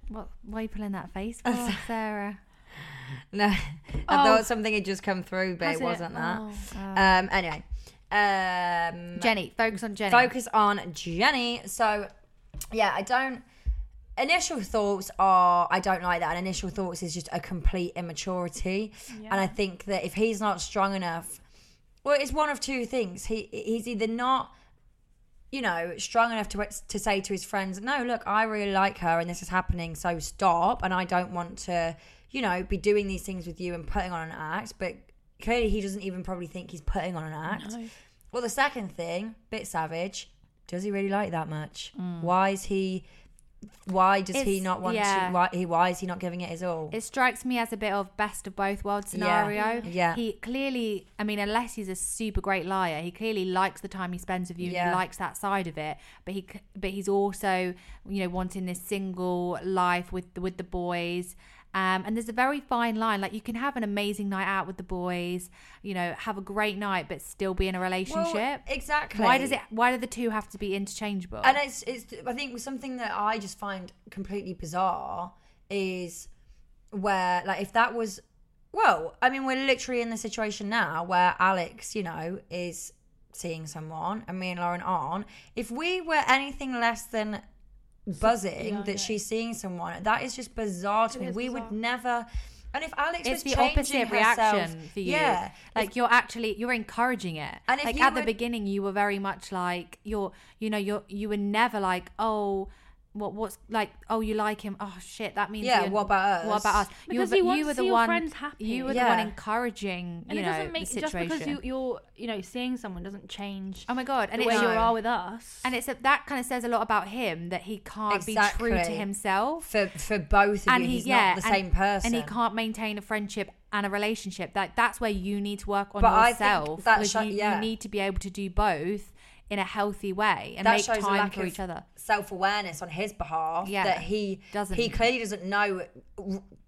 Speaker 3: What? Why are you pulling that face for, Sarah?
Speaker 1: No, I
Speaker 2: Oh.
Speaker 1: thought something had just come through, but
Speaker 2: Has
Speaker 1: it
Speaker 2: it?
Speaker 1: wasn't that.
Speaker 3: Oh,
Speaker 1: Um. Anyway. Um.
Speaker 3: Jenny, focus on Jenny.
Speaker 1: focus on Jenny. So, yeah, I don't. Initial thoughts are I don't like that. And initial thoughts is just a complete immaturity, and I think that if he's not strong enough, well, it's one of two things. He he's either not. You know, strong enough to to say to his friends, "No, look, I really like her, and this is happening, so stop." And I don't want to, you know, be doing these things with you and putting on an act. But clearly, he doesn't even probably think he's putting on an act. Well, the second thing, bit savage. Does he really like that much? Why is he? Why does he
Speaker 3: Mm. It's-
Speaker 1: not want
Speaker 3: yeah.
Speaker 1: to? Why he? Why is he not giving it his all?
Speaker 3: It strikes me as a bit of best of both worlds
Speaker 1: Yeah.
Speaker 3: scenario.
Speaker 1: Yeah.
Speaker 3: He clearly, I mean, unless he's a super great liar, he clearly likes the time he spends with you. and
Speaker 1: Yeah.
Speaker 3: he likes that side of it. But he, c- but he's also, you know, wanting this single life with with the boys. Um, and there's a very fine line. Like you can have an amazing night out with the boys, you know, have a great night, but still be in a
Speaker 1: Well,
Speaker 3: relationship.
Speaker 1: exactly.
Speaker 3: why does it? Why do the two have to be interchangeable?
Speaker 1: And it's it's. I think something that I just find completely bizarre is where like if that was. Well, I mean, we're literally in the situation now where Alex, you know, is seeing someone, and me and Lauren aren't. If we were anything less than buzzing
Speaker 2: yeah,
Speaker 1: that
Speaker 2: yeah.
Speaker 1: she's seeing someone, that is just bizarre to
Speaker 2: It
Speaker 1: me.
Speaker 2: is
Speaker 1: We
Speaker 2: bizarre.
Speaker 1: would never. And if Alex
Speaker 3: it's
Speaker 1: was
Speaker 3: the opposite
Speaker 1: changing herself,
Speaker 3: reaction for you.
Speaker 1: yeah,
Speaker 3: Like you're actually you're encouraging it.
Speaker 1: And if
Speaker 3: like
Speaker 1: you
Speaker 3: at the
Speaker 1: were-
Speaker 3: beginning you were very much like you're you know, you're you were never like, Oh, what what's like oh you like him, oh shit, that means
Speaker 1: Yeah,
Speaker 3: you're-
Speaker 1: what about
Speaker 3: What
Speaker 1: us?
Speaker 3: about us?
Speaker 2: Because
Speaker 3: you
Speaker 2: you
Speaker 3: were,
Speaker 2: want
Speaker 3: you
Speaker 2: to
Speaker 3: were
Speaker 2: see
Speaker 3: the
Speaker 2: your
Speaker 3: one
Speaker 2: friends happy.
Speaker 3: You were
Speaker 1: Yeah.
Speaker 3: the one encouraging,
Speaker 2: And
Speaker 3: you
Speaker 2: it
Speaker 3: know,
Speaker 2: doesn't make
Speaker 3: the
Speaker 2: just
Speaker 3: situation.
Speaker 2: because you, you're you know seeing someone doesn't change
Speaker 3: oh my god. And
Speaker 2: the way
Speaker 3: it's
Speaker 2: you
Speaker 1: No.
Speaker 2: are with us.
Speaker 3: and it's that kind of says a lot about him that he can't be true to
Speaker 1: Exactly.
Speaker 3: himself.
Speaker 1: for for both of
Speaker 3: and
Speaker 1: you,
Speaker 3: he,
Speaker 1: he's
Speaker 3: yeah,
Speaker 1: not the
Speaker 3: and-
Speaker 1: same person,
Speaker 3: and he can't maintain a friendship and a relationship. That that's where you need to work on
Speaker 1: But I think
Speaker 3: yourself.
Speaker 1: that
Speaker 3: because
Speaker 1: sho-
Speaker 3: you, you
Speaker 1: yeah.
Speaker 3: need to be able to do both in a healthy way and
Speaker 1: That
Speaker 3: make
Speaker 1: shows a
Speaker 3: time
Speaker 1: lack
Speaker 3: for
Speaker 1: of-
Speaker 3: each other.
Speaker 1: self awareness on his behalf
Speaker 3: Yeah.
Speaker 1: that he
Speaker 3: Doesn't.
Speaker 1: he clearly doesn't know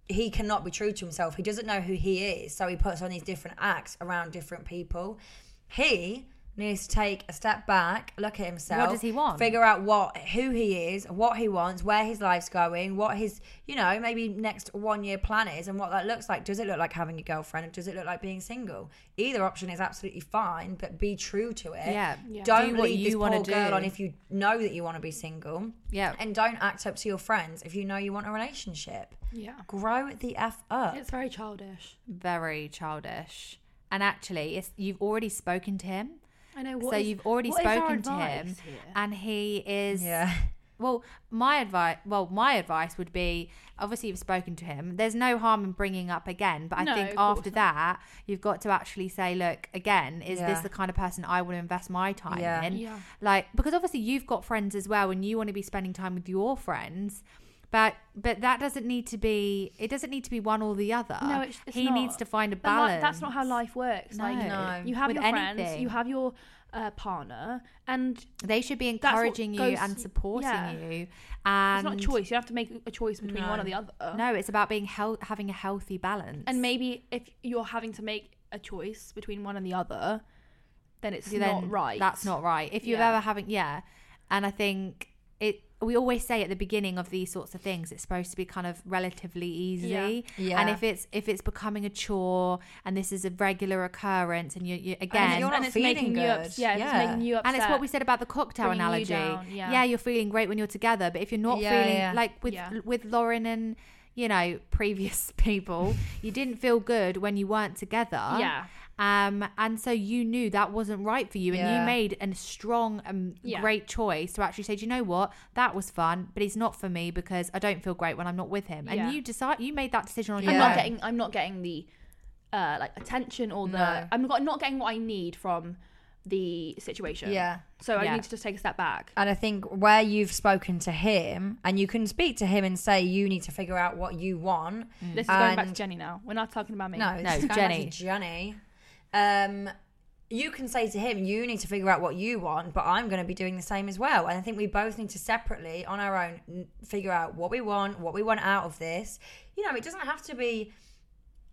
Speaker 1: he cannot be true to himself. He doesn't know who he is, so he puts on these different acts around different people. He needs to take a step back, look at himself.
Speaker 3: does he want?
Speaker 1: Figure out what who he is, what he wants, where his life's going, what his you know maybe next one year plan is, and what that looks like. Does it look like having a girlfriend, or does it look like being single? Either option is absolutely fine, but be true to it.
Speaker 3: Yeah. Yeah.
Speaker 1: Don't
Speaker 3: Do what
Speaker 1: lead
Speaker 3: you
Speaker 1: this
Speaker 3: wanna
Speaker 1: poor girl
Speaker 3: do.
Speaker 1: on if you know that you want to be single.
Speaker 3: Yeah.
Speaker 1: And don't act up to your friends if you know you want a relationship
Speaker 4: Yeah.
Speaker 1: grow the f up.
Speaker 4: It's very childish.
Speaker 3: very childish. And actually, it's, you've already spoken to him.
Speaker 4: I know.
Speaker 3: so
Speaker 4: what is-
Speaker 3: you've already
Speaker 4: what is our
Speaker 3: spoken to him,
Speaker 4: advice here?
Speaker 3: and he is.
Speaker 1: yeah,
Speaker 3: Well, my advice. Well, my advice would be obviously you've spoken to him. There's no harm in bringing up again, but I
Speaker 4: No,
Speaker 3: think
Speaker 4: of course
Speaker 3: after
Speaker 4: not.
Speaker 3: that you've got to actually say, look, again, is
Speaker 1: Yeah.
Speaker 3: this the kind of person I want to invest my time
Speaker 1: Yeah.
Speaker 3: in?
Speaker 4: Yeah.
Speaker 3: Like because obviously you've got friends as well, and you want to be spending time with your friends. But but that doesn't need to be. It doesn't need to be one or the other.
Speaker 2: No, it's- it's
Speaker 3: he needs
Speaker 2: not.
Speaker 3: to find a
Speaker 2: But li-
Speaker 3: balance.
Speaker 2: that's not how life works. Like
Speaker 3: No.
Speaker 1: No.
Speaker 2: you have
Speaker 3: With
Speaker 2: your friends,
Speaker 3: anything.
Speaker 2: you have your uh, partner, and
Speaker 3: They should be
Speaker 2: what
Speaker 3: encouraging you
Speaker 2: goes-
Speaker 3: and supporting
Speaker 2: yeah.
Speaker 3: you. And
Speaker 2: it's not a choice. You have to make a choice between one or the other.
Speaker 3: No, it's about being hel- having a healthy balance.
Speaker 2: And maybe if you're having to make a choice between one and the other, then it's
Speaker 3: You
Speaker 2: not
Speaker 3: then-
Speaker 2: right.
Speaker 3: That's not right. If you've
Speaker 2: Yeah.
Speaker 3: ever having yeah, and I think it. We always say at the beginning of these sorts of things, it's supposed to be kind of relatively easy.
Speaker 1: Yeah.
Speaker 3: And if it's if it's becoming a chore and this is a regular occurrence, and you, you again,
Speaker 1: you're not
Speaker 2: and it's
Speaker 1: feeling
Speaker 2: making you
Speaker 1: good.
Speaker 2: ups- yeah, if
Speaker 1: Yeah.
Speaker 2: it's making you upset.
Speaker 3: And it's what we said about the cocktail
Speaker 2: Bringing you
Speaker 3: analogy.
Speaker 2: down, yeah.
Speaker 3: you're feeling great when you're together, but if you're not
Speaker 1: Yeah,
Speaker 3: feeling
Speaker 1: yeah.
Speaker 3: like with
Speaker 2: Yeah.
Speaker 3: with Lauren and you know *laughs* previous people, you didn't feel good when you weren't together.
Speaker 2: Yeah.
Speaker 3: Um, and so you knew that wasn't right for you, and
Speaker 1: Yeah.
Speaker 3: you made a strong and
Speaker 2: Yeah.
Speaker 3: great choice to actually say, "Do you know what? That was fun, but he's not for me because I don't feel great when I'm not with him." And
Speaker 2: Yeah.
Speaker 3: you decide you made that decision on
Speaker 1: Yeah.
Speaker 2: I'm
Speaker 3: your
Speaker 2: not
Speaker 3: own.
Speaker 2: getting. I'm not getting the uh, like attention or the.
Speaker 1: No.
Speaker 2: I'm not, not getting what I need from the situation.
Speaker 1: Yeah.
Speaker 2: So I
Speaker 3: Yeah.
Speaker 2: need to just take a step back.
Speaker 1: And I think where you've spoken to him, and you can speak to him and say you need to figure out what you want.
Speaker 2: This is going back to
Speaker 1: And-
Speaker 2: Jenny now. We're not talking about me.
Speaker 1: No,
Speaker 3: Mm. No,
Speaker 1: it's going back to Jenny. Um, you can say to him, you need to figure out what you want, but I'm going to be doing the same as well. And I think we both need to separately, on our own, n- figure out what we want, what we want out of this. You know, it doesn't have to be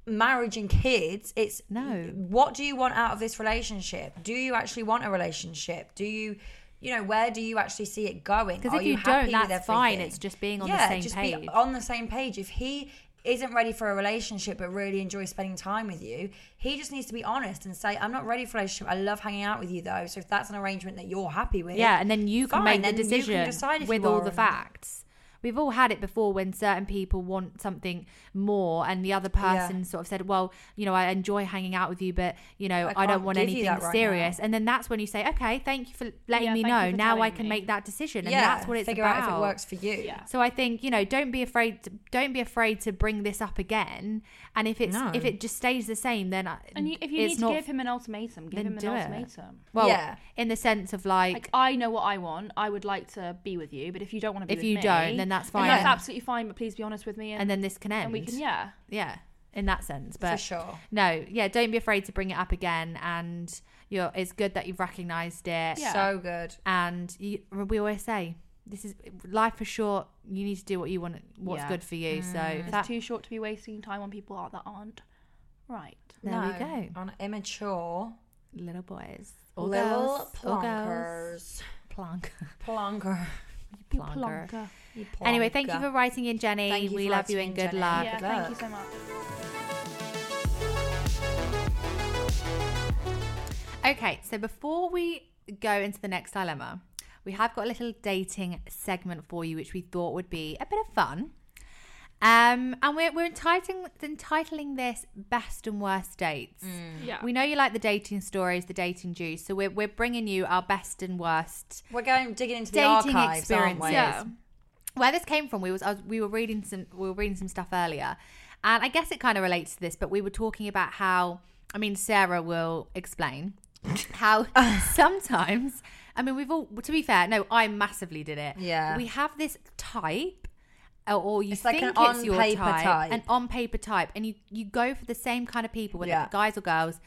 Speaker 1: marriage and kids. It's
Speaker 3: No.
Speaker 1: What do you want out of this relationship? Do you actually want a relationship? Do you, you know, where do you actually see it going?
Speaker 3: Because if
Speaker 1: Are
Speaker 3: you don't,
Speaker 1: happy with
Speaker 3: that's fine.
Speaker 1: everything?
Speaker 3: It's just being on the
Speaker 1: yeah,
Speaker 3: same
Speaker 1: just
Speaker 3: page.
Speaker 1: be on the same page. If he isn't ready for a relationship but really enjoys spending time with you, he just needs to be honest and say, "I'm not ready for a relationship. I love hanging out with you though." So if that's an arrangement that you're happy with,
Speaker 3: Yeah, and then you can
Speaker 1: fine,
Speaker 3: make the
Speaker 1: then you can
Speaker 3: decision
Speaker 1: decide if
Speaker 3: with
Speaker 1: you
Speaker 3: all
Speaker 1: are
Speaker 3: the
Speaker 1: or not.
Speaker 3: facts. We've all had it before when certain people want something more, and the other
Speaker 1: Yeah.
Speaker 3: person sort of said, "Well, you know, I enjoy hanging out with you, but you know,
Speaker 1: I
Speaker 3: I, don't
Speaker 1: can't
Speaker 3: want
Speaker 1: give you
Speaker 3: anything
Speaker 1: that right
Speaker 3: serious." And then that's when you say, "Okay, thank you for letting
Speaker 2: Yeah,
Speaker 3: me
Speaker 2: thank you
Speaker 3: know.
Speaker 2: for
Speaker 3: Now I
Speaker 2: telling
Speaker 3: can
Speaker 2: me."
Speaker 3: make that decision." And
Speaker 1: yeah,
Speaker 3: that's what it's
Speaker 1: figure
Speaker 3: about.
Speaker 1: out if it works for you.
Speaker 2: Yeah.
Speaker 3: So I think you know, don't be afraid. To, don't be afraid to bring this up again. And if it's
Speaker 1: No.
Speaker 3: if it just stays the same, then I-
Speaker 2: And you, if you
Speaker 3: it's
Speaker 2: need to
Speaker 3: not
Speaker 2: give him an ultimatum, give
Speaker 3: then
Speaker 2: him an
Speaker 3: do it.
Speaker 2: ultimatum.
Speaker 3: well
Speaker 1: Yeah.
Speaker 3: in the sense of like,
Speaker 2: Like I know what I want. I would like to be with you, but if you don't want to be
Speaker 3: if
Speaker 2: with
Speaker 3: you
Speaker 2: me,
Speaker 3: don't, then that's fine.
Speaker 2: then that's
Speaker 1: Yeah.
Speaker 2: absolutely fine. But please be honest with me, and,
Speaker 3: and then this can end.
Speaker 2: and we can yeah.
Speaker 3: yeah in that sense but
Speaker 1: for sure.
Speaker 3: no yeah don't be afraid to bring it up again and you're it's good that you've recognized it
Speaker 2: Yeah.
Speaker 1: So good.
Speaker 3: and you, we always say this is life is short you need to do what you want what's
Speaker 2: Yeah.
Speaker 3: good for you so
Speaker 1: Mm.
Speaker 3: if
Speaker 2: It's
Speaker 3: that,
Speaker 2: too short to be wasting time on people that aren't right.
Speaker 3: there
Speaker 1: no,
Speaker 3: we go
Speaker 1: On immature
Speaker 3: little boys or
Speaker 1: little
Speaker 3: girls or girls
Speaker 1: plonkers.
Speaker 3: plonk
Speaker 1: Plonker.
Speaker 2: You
Speaker 3: Plonker.
Speaker 2: plonker.
Speaker 1: You
Speaker 3: *laughs* anyway thank you
Speaker 1: plonker.
Speaker 3: for writing in jenny
Speaker 1: Thank you
Speaker 3: we
Speaker 1: for
Speaker 3: love you
Speaker 1: writing
Speaker 3: and
Speaker 1: in,
Speaker 3: good
Speaker 1: Jenny.
Speaker 3: luck
Speaker 2: Yeah,
Speaker 1: Good
Speaker 2: thank you
Speaker 1: luck.
Speaker 2: so much.
Speaker 3: Okay, so before we go into the next dilemma, we have got a little dating segment for you, which we thought would be a bit of fun. Um, and we're, we're entitling, entitling this Best and Worst Dates.
Speaker 2: Yeah.
Speaker 3: We know you like the dating stories, the dating juice, so we're, we're bringing you our best and worst
Speaker 1: We're going digging into the
Speaker 3: dating
Speaker 1: archives,
Speaker 3: experiences.
Speaker 1: aren't we?
Speaker 2: Yeah.
Speaker 3: Where this came from, we was, I was we were reading some we were reading some stuff earlier, and I guess it kind of relates to this. But we were talking about how I mean Sarah will
Speaker 1: *laughs*
Speaker 3: explain how sometimes I mean we've all to be fair. No, I massively did it.
Speaker 1: Yeah.
Speaker 3: we have this type. Or or you
Speaker 1: It's like
Speaker 3: think
Speaker 1: an
Speaker 3: it's your
Speaker 1: on-paper
Speaker 3: type,
Speaker 1: type.
Speaker 3: an on paper type, and you you go for the same kind of people, whether
Speaker 1: Yeah.
Speaker 3: it's guys or girls,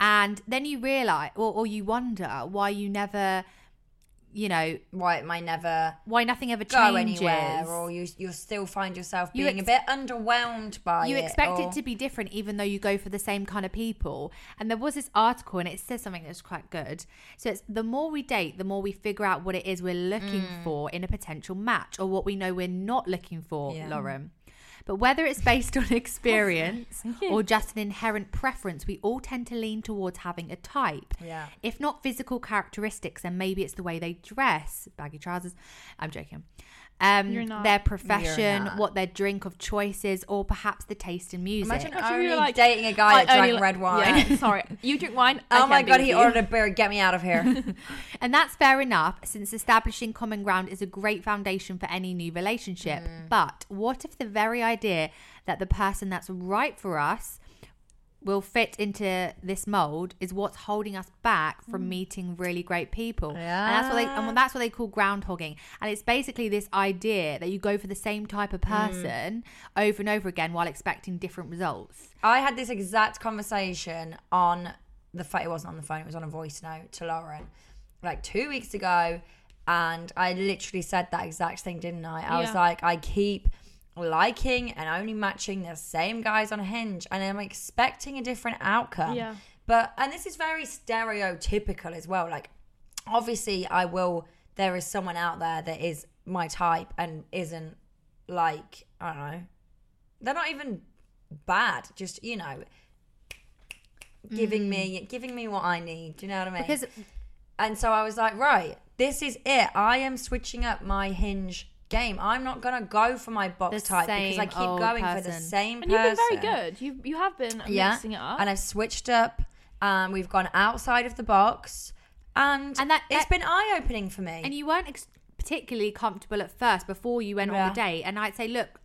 Speaker 3: and then you realize, or, or you wonder why you never you know,
Speaker 1: why it might never
Speaker 3: why nothing ever
Speaker 1: go
Speaker 3: changes.
Speaker 1: anywhere, or you you'll still find yourself
Speaker 3: You
Speaker 1: being a
Speaker 3: ex-
Speaker 1: bit underwhelmed by
Speaker 3: you
Speaker 1: it.
Speaker 3: expect
Speaker 1: or-
Speaker 3: it to be different even though you go for the same kind of people and there was this article and it says something that's quite good so it's the more we date the more we figure out what it is we're looking
Speaker 1: Mm.
Speaker 3: for in a potential match or what we know we're not looking for
Speaker 1: Yeah.
Speaker 3: lauren but whether it's based
Speaker 1: *laughs*
Speaker 3: on *laughs* experience or just an inherent preference we all tend to lean towards having a type
Speaker 1: Yeah.
Speaker 3: if not physical characteristics then maybe it's the way they dress baggy trousers i'm joking um,
Speaker 2: You're not.
Speaker 3: their profession,
Speaker 1: not.
Speaker 3: what their drink of choice is, or perhaps the taste in music.
Speaker 1: Imagine
Speaker 2: Imagine we were
Speaker 1: only
Speaker 2: like-
Speaker 1: dating a guy
Speaker 2: I
Speaker 1: that
Speaker 2: only
Speaker 1: drank
Speaker 2: like-
Speaker 1: red wine.
Speaker 2: Yeah, sorry, you drink wine. *laughs* I
Speaker 1: Oh my
Speaker 2: can't be
Speaker 1: god,
Speaker 2: with
Speaker 1: he
Speaker 2: you.
Speaker 1: ordered a beer. Get me out of
Speaker 2: *laughs*
Speaker 1: here.
Speaker 3: And that's fair enough, since establishing common ground is a great foundation for any new relationship. But what if the very idea that the person that's right for us will fit into this mold is what's holding us back from meeting really great people? And that's what they and
Speaker 1: Yeah.
Speaker 3: that's what they call groundhogging. And it's basically this idea that you go for the same type of person over and over again while expecting different results.
Speaker 1: I had this exact conversation on the phone. It wasn't on the phone. It was on a voice note to Lauren, like two weeks ago, and I literally said that exact thing, didn't I? I was
Speaker 2: Yeah.
Speaker 1: like, I keep liking and only matching the same guys on Hinge, and I'm expecting a different outcome.
Speaker 2: Yeah.
Speaker 1: But and this is very stereotypical as well. Like, obviously, I will. There is someone out there that is my type and isn't like I don't know. They're not even bad. Just you know, giving me giving me what I need. Do you know what I mean?
Speaker 3: Mm. Because
Speaker 1: and so I was like, right, this is it. I am switching up my hinge game. I'm not gonna go for my box
Speaker 3: The
Speaker 1: type because I
Speaker 3: same
Speaker 1: keep
Speaker 3: old
Speaker 1: going for the
Speaker 3: person.
Speaker 1: same
Speaker 2: And you've
Speaker 1: person.
Speaker 2: been very good. You you have been
Speaker 1: Yeah,
Speaker 2: mixing it up.
Speaker 1: and I've switched up. Um, we've gone outside of the box, and
Speaker 3: And that-
Speaker 1: it's
Speaker 3: that-
Speaker 1: been eye opening for me.
Speaker 3: And you weren't ex- particularly comfortable at first before you went on
Speaker 1: Yeah.
Speaker 3: the date. And I'd say, look,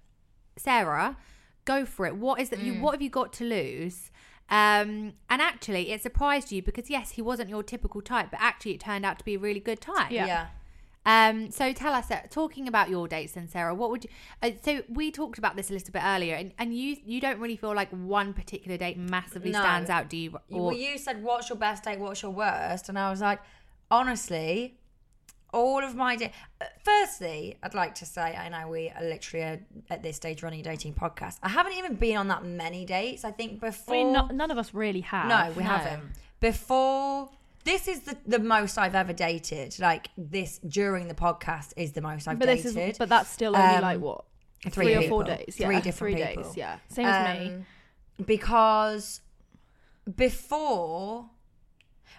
Speaker 3: Sarah, go for it. What is that?
Speaker 1: Mm.
Speaker 3: You what have you got to lose? Um, and actually, it surprised you because yes, he wasn't your typical type, but actually, it turned out to be a really good type.
Speaker 2: Yeah.
Speaker 1: yeah.
Speaker 3: Um, so tell us, Sarah, talking about your dates then, Sarah, what would you? Uh, so we talked about this a little bit earlier, and, and you you don't really feel like one particular date massively
Speaker 1: No.
Speaker 3: stands out, do you?
Speaker 1: You- well, you said, "What's your best date? What's your worst?" And I was like, honestly, all of my da- Uh, Firstly, I'd like to say I know we are literally uh at this stage running a dating podcast. I haven't even been on that many dates. I think
Speaker 2: I
Speaker 1: before.
Speaker 2: mean, no, none of us really have.
Speaker 1: no, we
Speaker 3: no.
Speaker 1: haven't. Before. This is the, the most I've ever dated. Like this during the podcast is the most I've
Speaker 2: but
Speaker 1: dated.
Speaker 2: this is but that's still only
Speaker 1: Um,
Speaker 2: like what
Speaker 1: three,
Speaker 2: or four
Speaker 1: people.
Speaker 2: days. Yeah,
Speaker 1: Three different
Speaker 2: three
Speaker 1: people.
Speaker 2: days. Yeah, same as me.
Speaker 1: Um, Because before,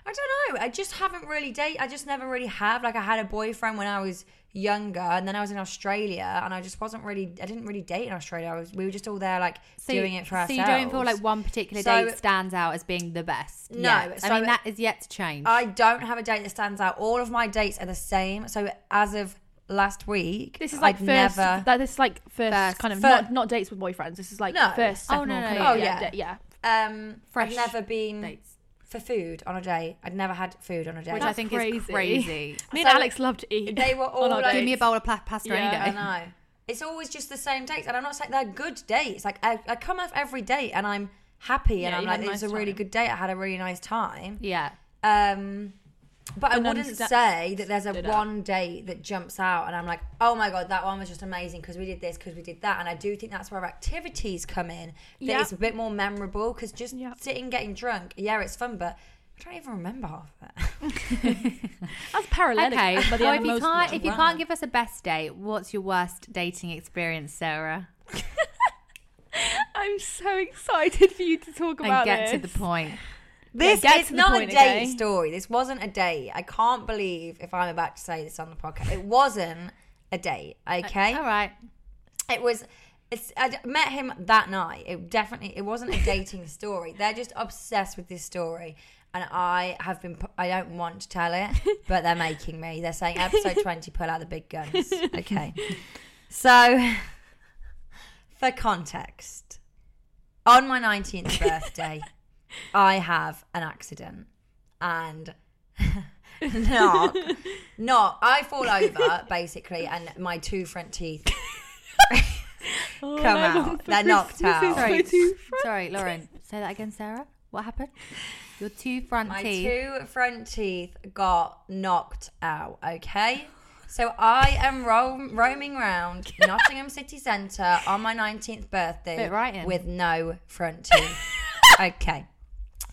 Speaker 1: I don't know. I just haven't really date. I just never really have. Like I had a boyfriend when I was younger, and then I was in Australia, and I just wasn't really. I didn't really date in Australia. I was. We were just all there, like doing it for
Speaker 3: so
Speaker 1: ourselves.
Speaker 3: you don't feel like one particular
Speaker 1: So-
Speaker 3: date stands out as being the best.
Speaker 1: No,
Speaker 3: yet.
Speaker 1: so-
Speaker 3: I mean that is yet to change.
Speaker 1: I don't have a date that stands out. All of my dates are the same. So as of last week,
Speaker 2: This is like
Speaker 1: I'd
Speaker 2: first.
Speaker 1: never.
Speaker 2: That this is like first,
Speaker 3: First-
Speaker 2: kind of
Speaker 1: fir-
Speaker 2: not, not dates with boyfriends. This is like
Speaker 1: No.
Speaker 2: first.
Speaker 3: Oh,
Speaker 2: Second
Speaker 3: no, no,
Speaker 2: one,
Speaker 3: no,
Speaker 2: kind
Speaker 1: yeah.
Speaker 2: of- yeah,
Speaker 1: yeah.
Speaker 2: da- yeah.
Speaker 1: um,
Speaker 3: Fresh
Speaker 1: I've never been
Speaker 3: dates,
Speaker 1: for food on a date. I'd never had food on a date.
Speaker 3: which I
Speaker 2: That's
Speaker 3: think is
Speaker 2: crazy.
Speaker 1: *laughs*
Speaker 3: crazy.
Speaker 2: Me and
Speaker 1: So
Speaker 2: Alex love to eat.
Speaker 1: they were
Speaker 2: *laughs* on
Speaker 1: all
Speaker 2: our
Speaker 1: like-
Speaker 3: Give me a
Speaker 2: dates.
Speaker 3: bowl of pla- pasta any
Speaker 1: *laughs*
Speaker 2: Yeah.
Speaker 1: I
Speaker 3: day.
Speaker 1: know. It's always just the same dates, and I'm not saying they're good dates. Like I, I come off every date, and I'm happy, and
Speaker 2: Yeah,
Speaker 1: I'm
Speaker 2: you
Speaker 1: like,
Speaker 2: had a
Speaker 1: it was a
Speaker 2: nice
Speaker 1: really
Speaker 2: time."
Speaker 1: good date. I had a really nice time.
Speaker 3: *laughs* Yeah,
Speaker 1: Um, but I
Speaker 2: And then
Speaker 1: wouldn't
Speaker 2: sta-
Speaker 1: say that there's a
Speaker 2: stood out.
Speaker 1: one date that jumps out, and I'm like, oh my god, that one was just amazing because we did this, because we did that, and I do think that's where activities come in. That
Speaker 2: Yeah.
Speaker 1: it's a bit more memorable because just
Speaker 2: Yeah.
Speaker 1: sitting getting drunk, yeah, it's fun, but I don't even remember half of it. *laughs*
Speaker 2: That's paralytic.
Speaker 3: Okay.
Speaker 2: But
Speaker 3: Well, if you
Speaker 2: most
Speaker 3: can't, if you
Speaker 1: Wow.
Speaker 3: can't give us a best date, what's your worst dating experience, Sarah?
Speaker 2: I'm so excited for you to talk
Speaker 3: And
Speaker 2: about
Speaker 3: get to
Speaker 2: this.
Speaker 1: *laughs*
Speaker 3: the point.
Speaker 1: This
Speaker 2: Yeah, get
Speaker 1: is
Speaker 2: to the
Speaker 1: not a
Speaker 2: point,
Speaker 1: date
Speaker 2: okay?
Speaker 1: story. This wasn't a date. I can't believe if I'm about to say this on the podcast. It wasn't a date, okay?
Speaker 3: Uh,
Speaker 2: oh.
Speaker 3: All right.
Speaker 1: It was. It's, I d- met him that night. It definitely. It wasn't a dating story. They're just obsessed with this story, and I have been. pu- I don't want to tell it, but they're making me. They're saying
Speaker 2: *laughs*
Speaker 1: episode twenty, pull out the big guns. Okay. So, *laughs* for context, on my nineteenth
Speaker 2: *laughs*
Speaker 1: birthday, I have an accident, and *laughs* knock, knock. I fall over basically, and my two front teeth
Speaker 2: *laughs* Oh,
Speaker 1: Come
Speaker 2: and I
Speaker 1: out.
Speaker 2: want for
Speaker 1: They're knocked
Speaker 2: Christmas is
Speaker 1: out.
Speaker 2: my
Speaker 3: Sorry.
Speaker 2: two
Speaker 3: Sorry, Lauren. Say that again, Sarah. What happened? Your two front
Speaker 1: My
Speaker 3: teeth.
Speaker 1: two front teeth got knocked out, okay? So I am roam, roaming
Speaker 3: *laughs*
Speaker 1: round Nottingham City Centre on my 19th birthday
Speaker 3: Fit right in.
Speaker 1: with no front
Speaker 3: *laughs*
Speaker 1: teeth. okay.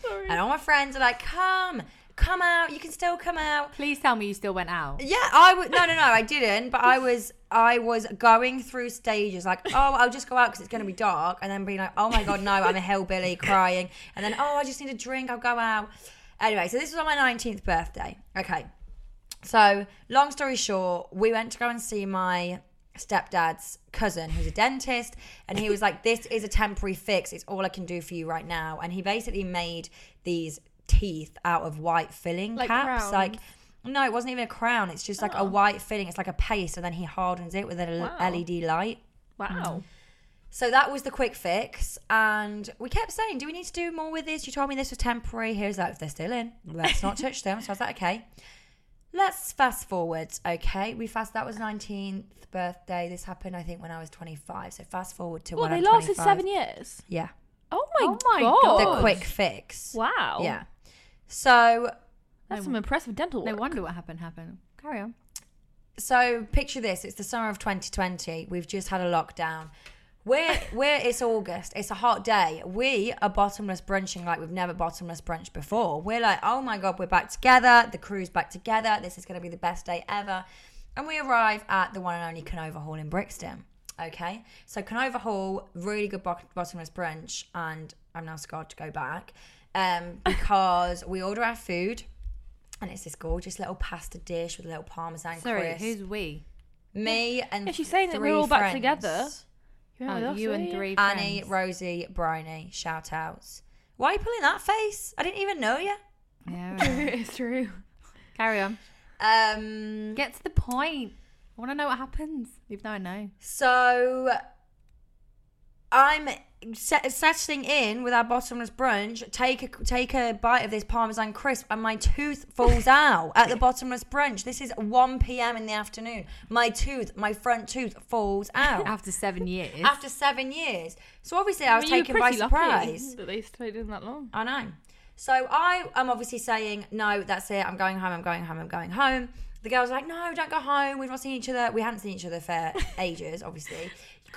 Speaker 2: Sorry.
Speaker 1: And all my friends are like, come, come out. You can still come out.
Speaker 3: Please tell me you still went out.
Speaker 1: Yeah, I would. No, no, no, I didn't. But I was, I was going through stages like, oh, I'll just go out because it's going to be dark, and then being like, oh my god, no, I'm a hillbilly crying, and then oh, I just need a drink, I'll go out. Anyway, so this was on my 19th birthday. Okay, so long story short, we went to go and see my stepdad's cousin who's a dentist and he was like this is a temporary fix it's all i can do for you right now and he basically made these teeth out of white filling
Speaker 2: Like
Speaker 1: caps
Speaker 2: crowns?
Speaker 1: like no, it wasn't even a crown. It's just like a white filling. It's like a paste, and then he hardens it with an
Speaker 2: Oh. Wow.
Speaker 1: LED E light.
Speaker 2: Wow.
Speaker 1: So that was the quick fix. And we kept saying, Do we need to do more with this? You told me this was temporary. Here's like, if they're still in, let's
Speaker 2: *laughs*
Speaker 1: not touch them. So I was like, Okay. Let's fast forward. Okay. We fast, that was 19th birthday. This happened, I think, when I was 25. So fast forward to
Speaker 2: Well,
Speaker 1: when
Speaker 2: they
Speaker 1: I'm
Speaker 2: lasted
Speaker 1: 25.
Speaker 2: seven years.
Speaker 1: Yeah.
Speaker 2: Oh my,
Speaker 3: Oh my
Speaker 2: god.
Speaker 3: God.
Speaker 1: The quick fix.
Speaker 2: Wow.
Speaker 1: Yeah. So
Speaker 2: That's some impressive dental work.
Speaker 3: No wonder what happened happened. Carry on.
Speaker 1: So picture this: it's the summer of 2020. We've just had a lockdown. We're we're it's August. It's a hot day. We are bottomless brunching like we've never bottomless brunched before. We're like, oh my god, we're back together. The crew's back together. This is going to be the best day ever. And we arrive at the one and only Canova Hall in Brixton. Okay, so Canova Hall, really good bo- bottomless brunch, and I'm now scarred to go back um, *laughs* because we order our food. And it's this gorgeous little pasta dish with a little parmesan
Speaker 3: Sorry,
Speaker 1: crisp.
Speaker 3: who's we?
Speaker 1: Me and
Speaker 2: Yeah, she's saying that we're
Speaker 1: three
Speaker 2: all back
Speaker 1: friends.
Speaker 2: together.
Speaker 3: Oh, you and three
Speaker 1: Annie,
Speaker 3: friends.
Speaker 1: Rosie, Bryony, shout outs. Why are you pulling that face? I didn't even know you.
Speaker 3: Yeah, right.
Speaker 1: *laughs*
Speaker 2: *laughs* it's true.
Speaker 3: Carry on.
Speaker 1: Um,
Speaker 3: Get to the point. I want to know what happens. Even though I know.
Speaker 1: so I'm set, settling in with our bottomless brunch. Take a take a bite of this parmesan crisp, and my tooth falls out at the bottomless brunch. This is 1 p.m. in the afternoon. My tooth, my front tooth, falls out
Speaker 3: Oh. After seven years.
Speaker 1: after seven years. So obviously, I was
Speaker 2: mean, you were
Speaker 1: taken by
Speaker 2: pretty lucky
Speaker 1: surprise.
Speaker 2: That they stayed in that long.
Speaker 1: I know. So I am obviously saying, no, that's it. I'm going home. I'm going home. I'm going home. The girls are like, no, don't go home. We've not seen each other. We hadn't seen each other
Speaker 2: *laughs*
Speaker 1: for ages, obviously.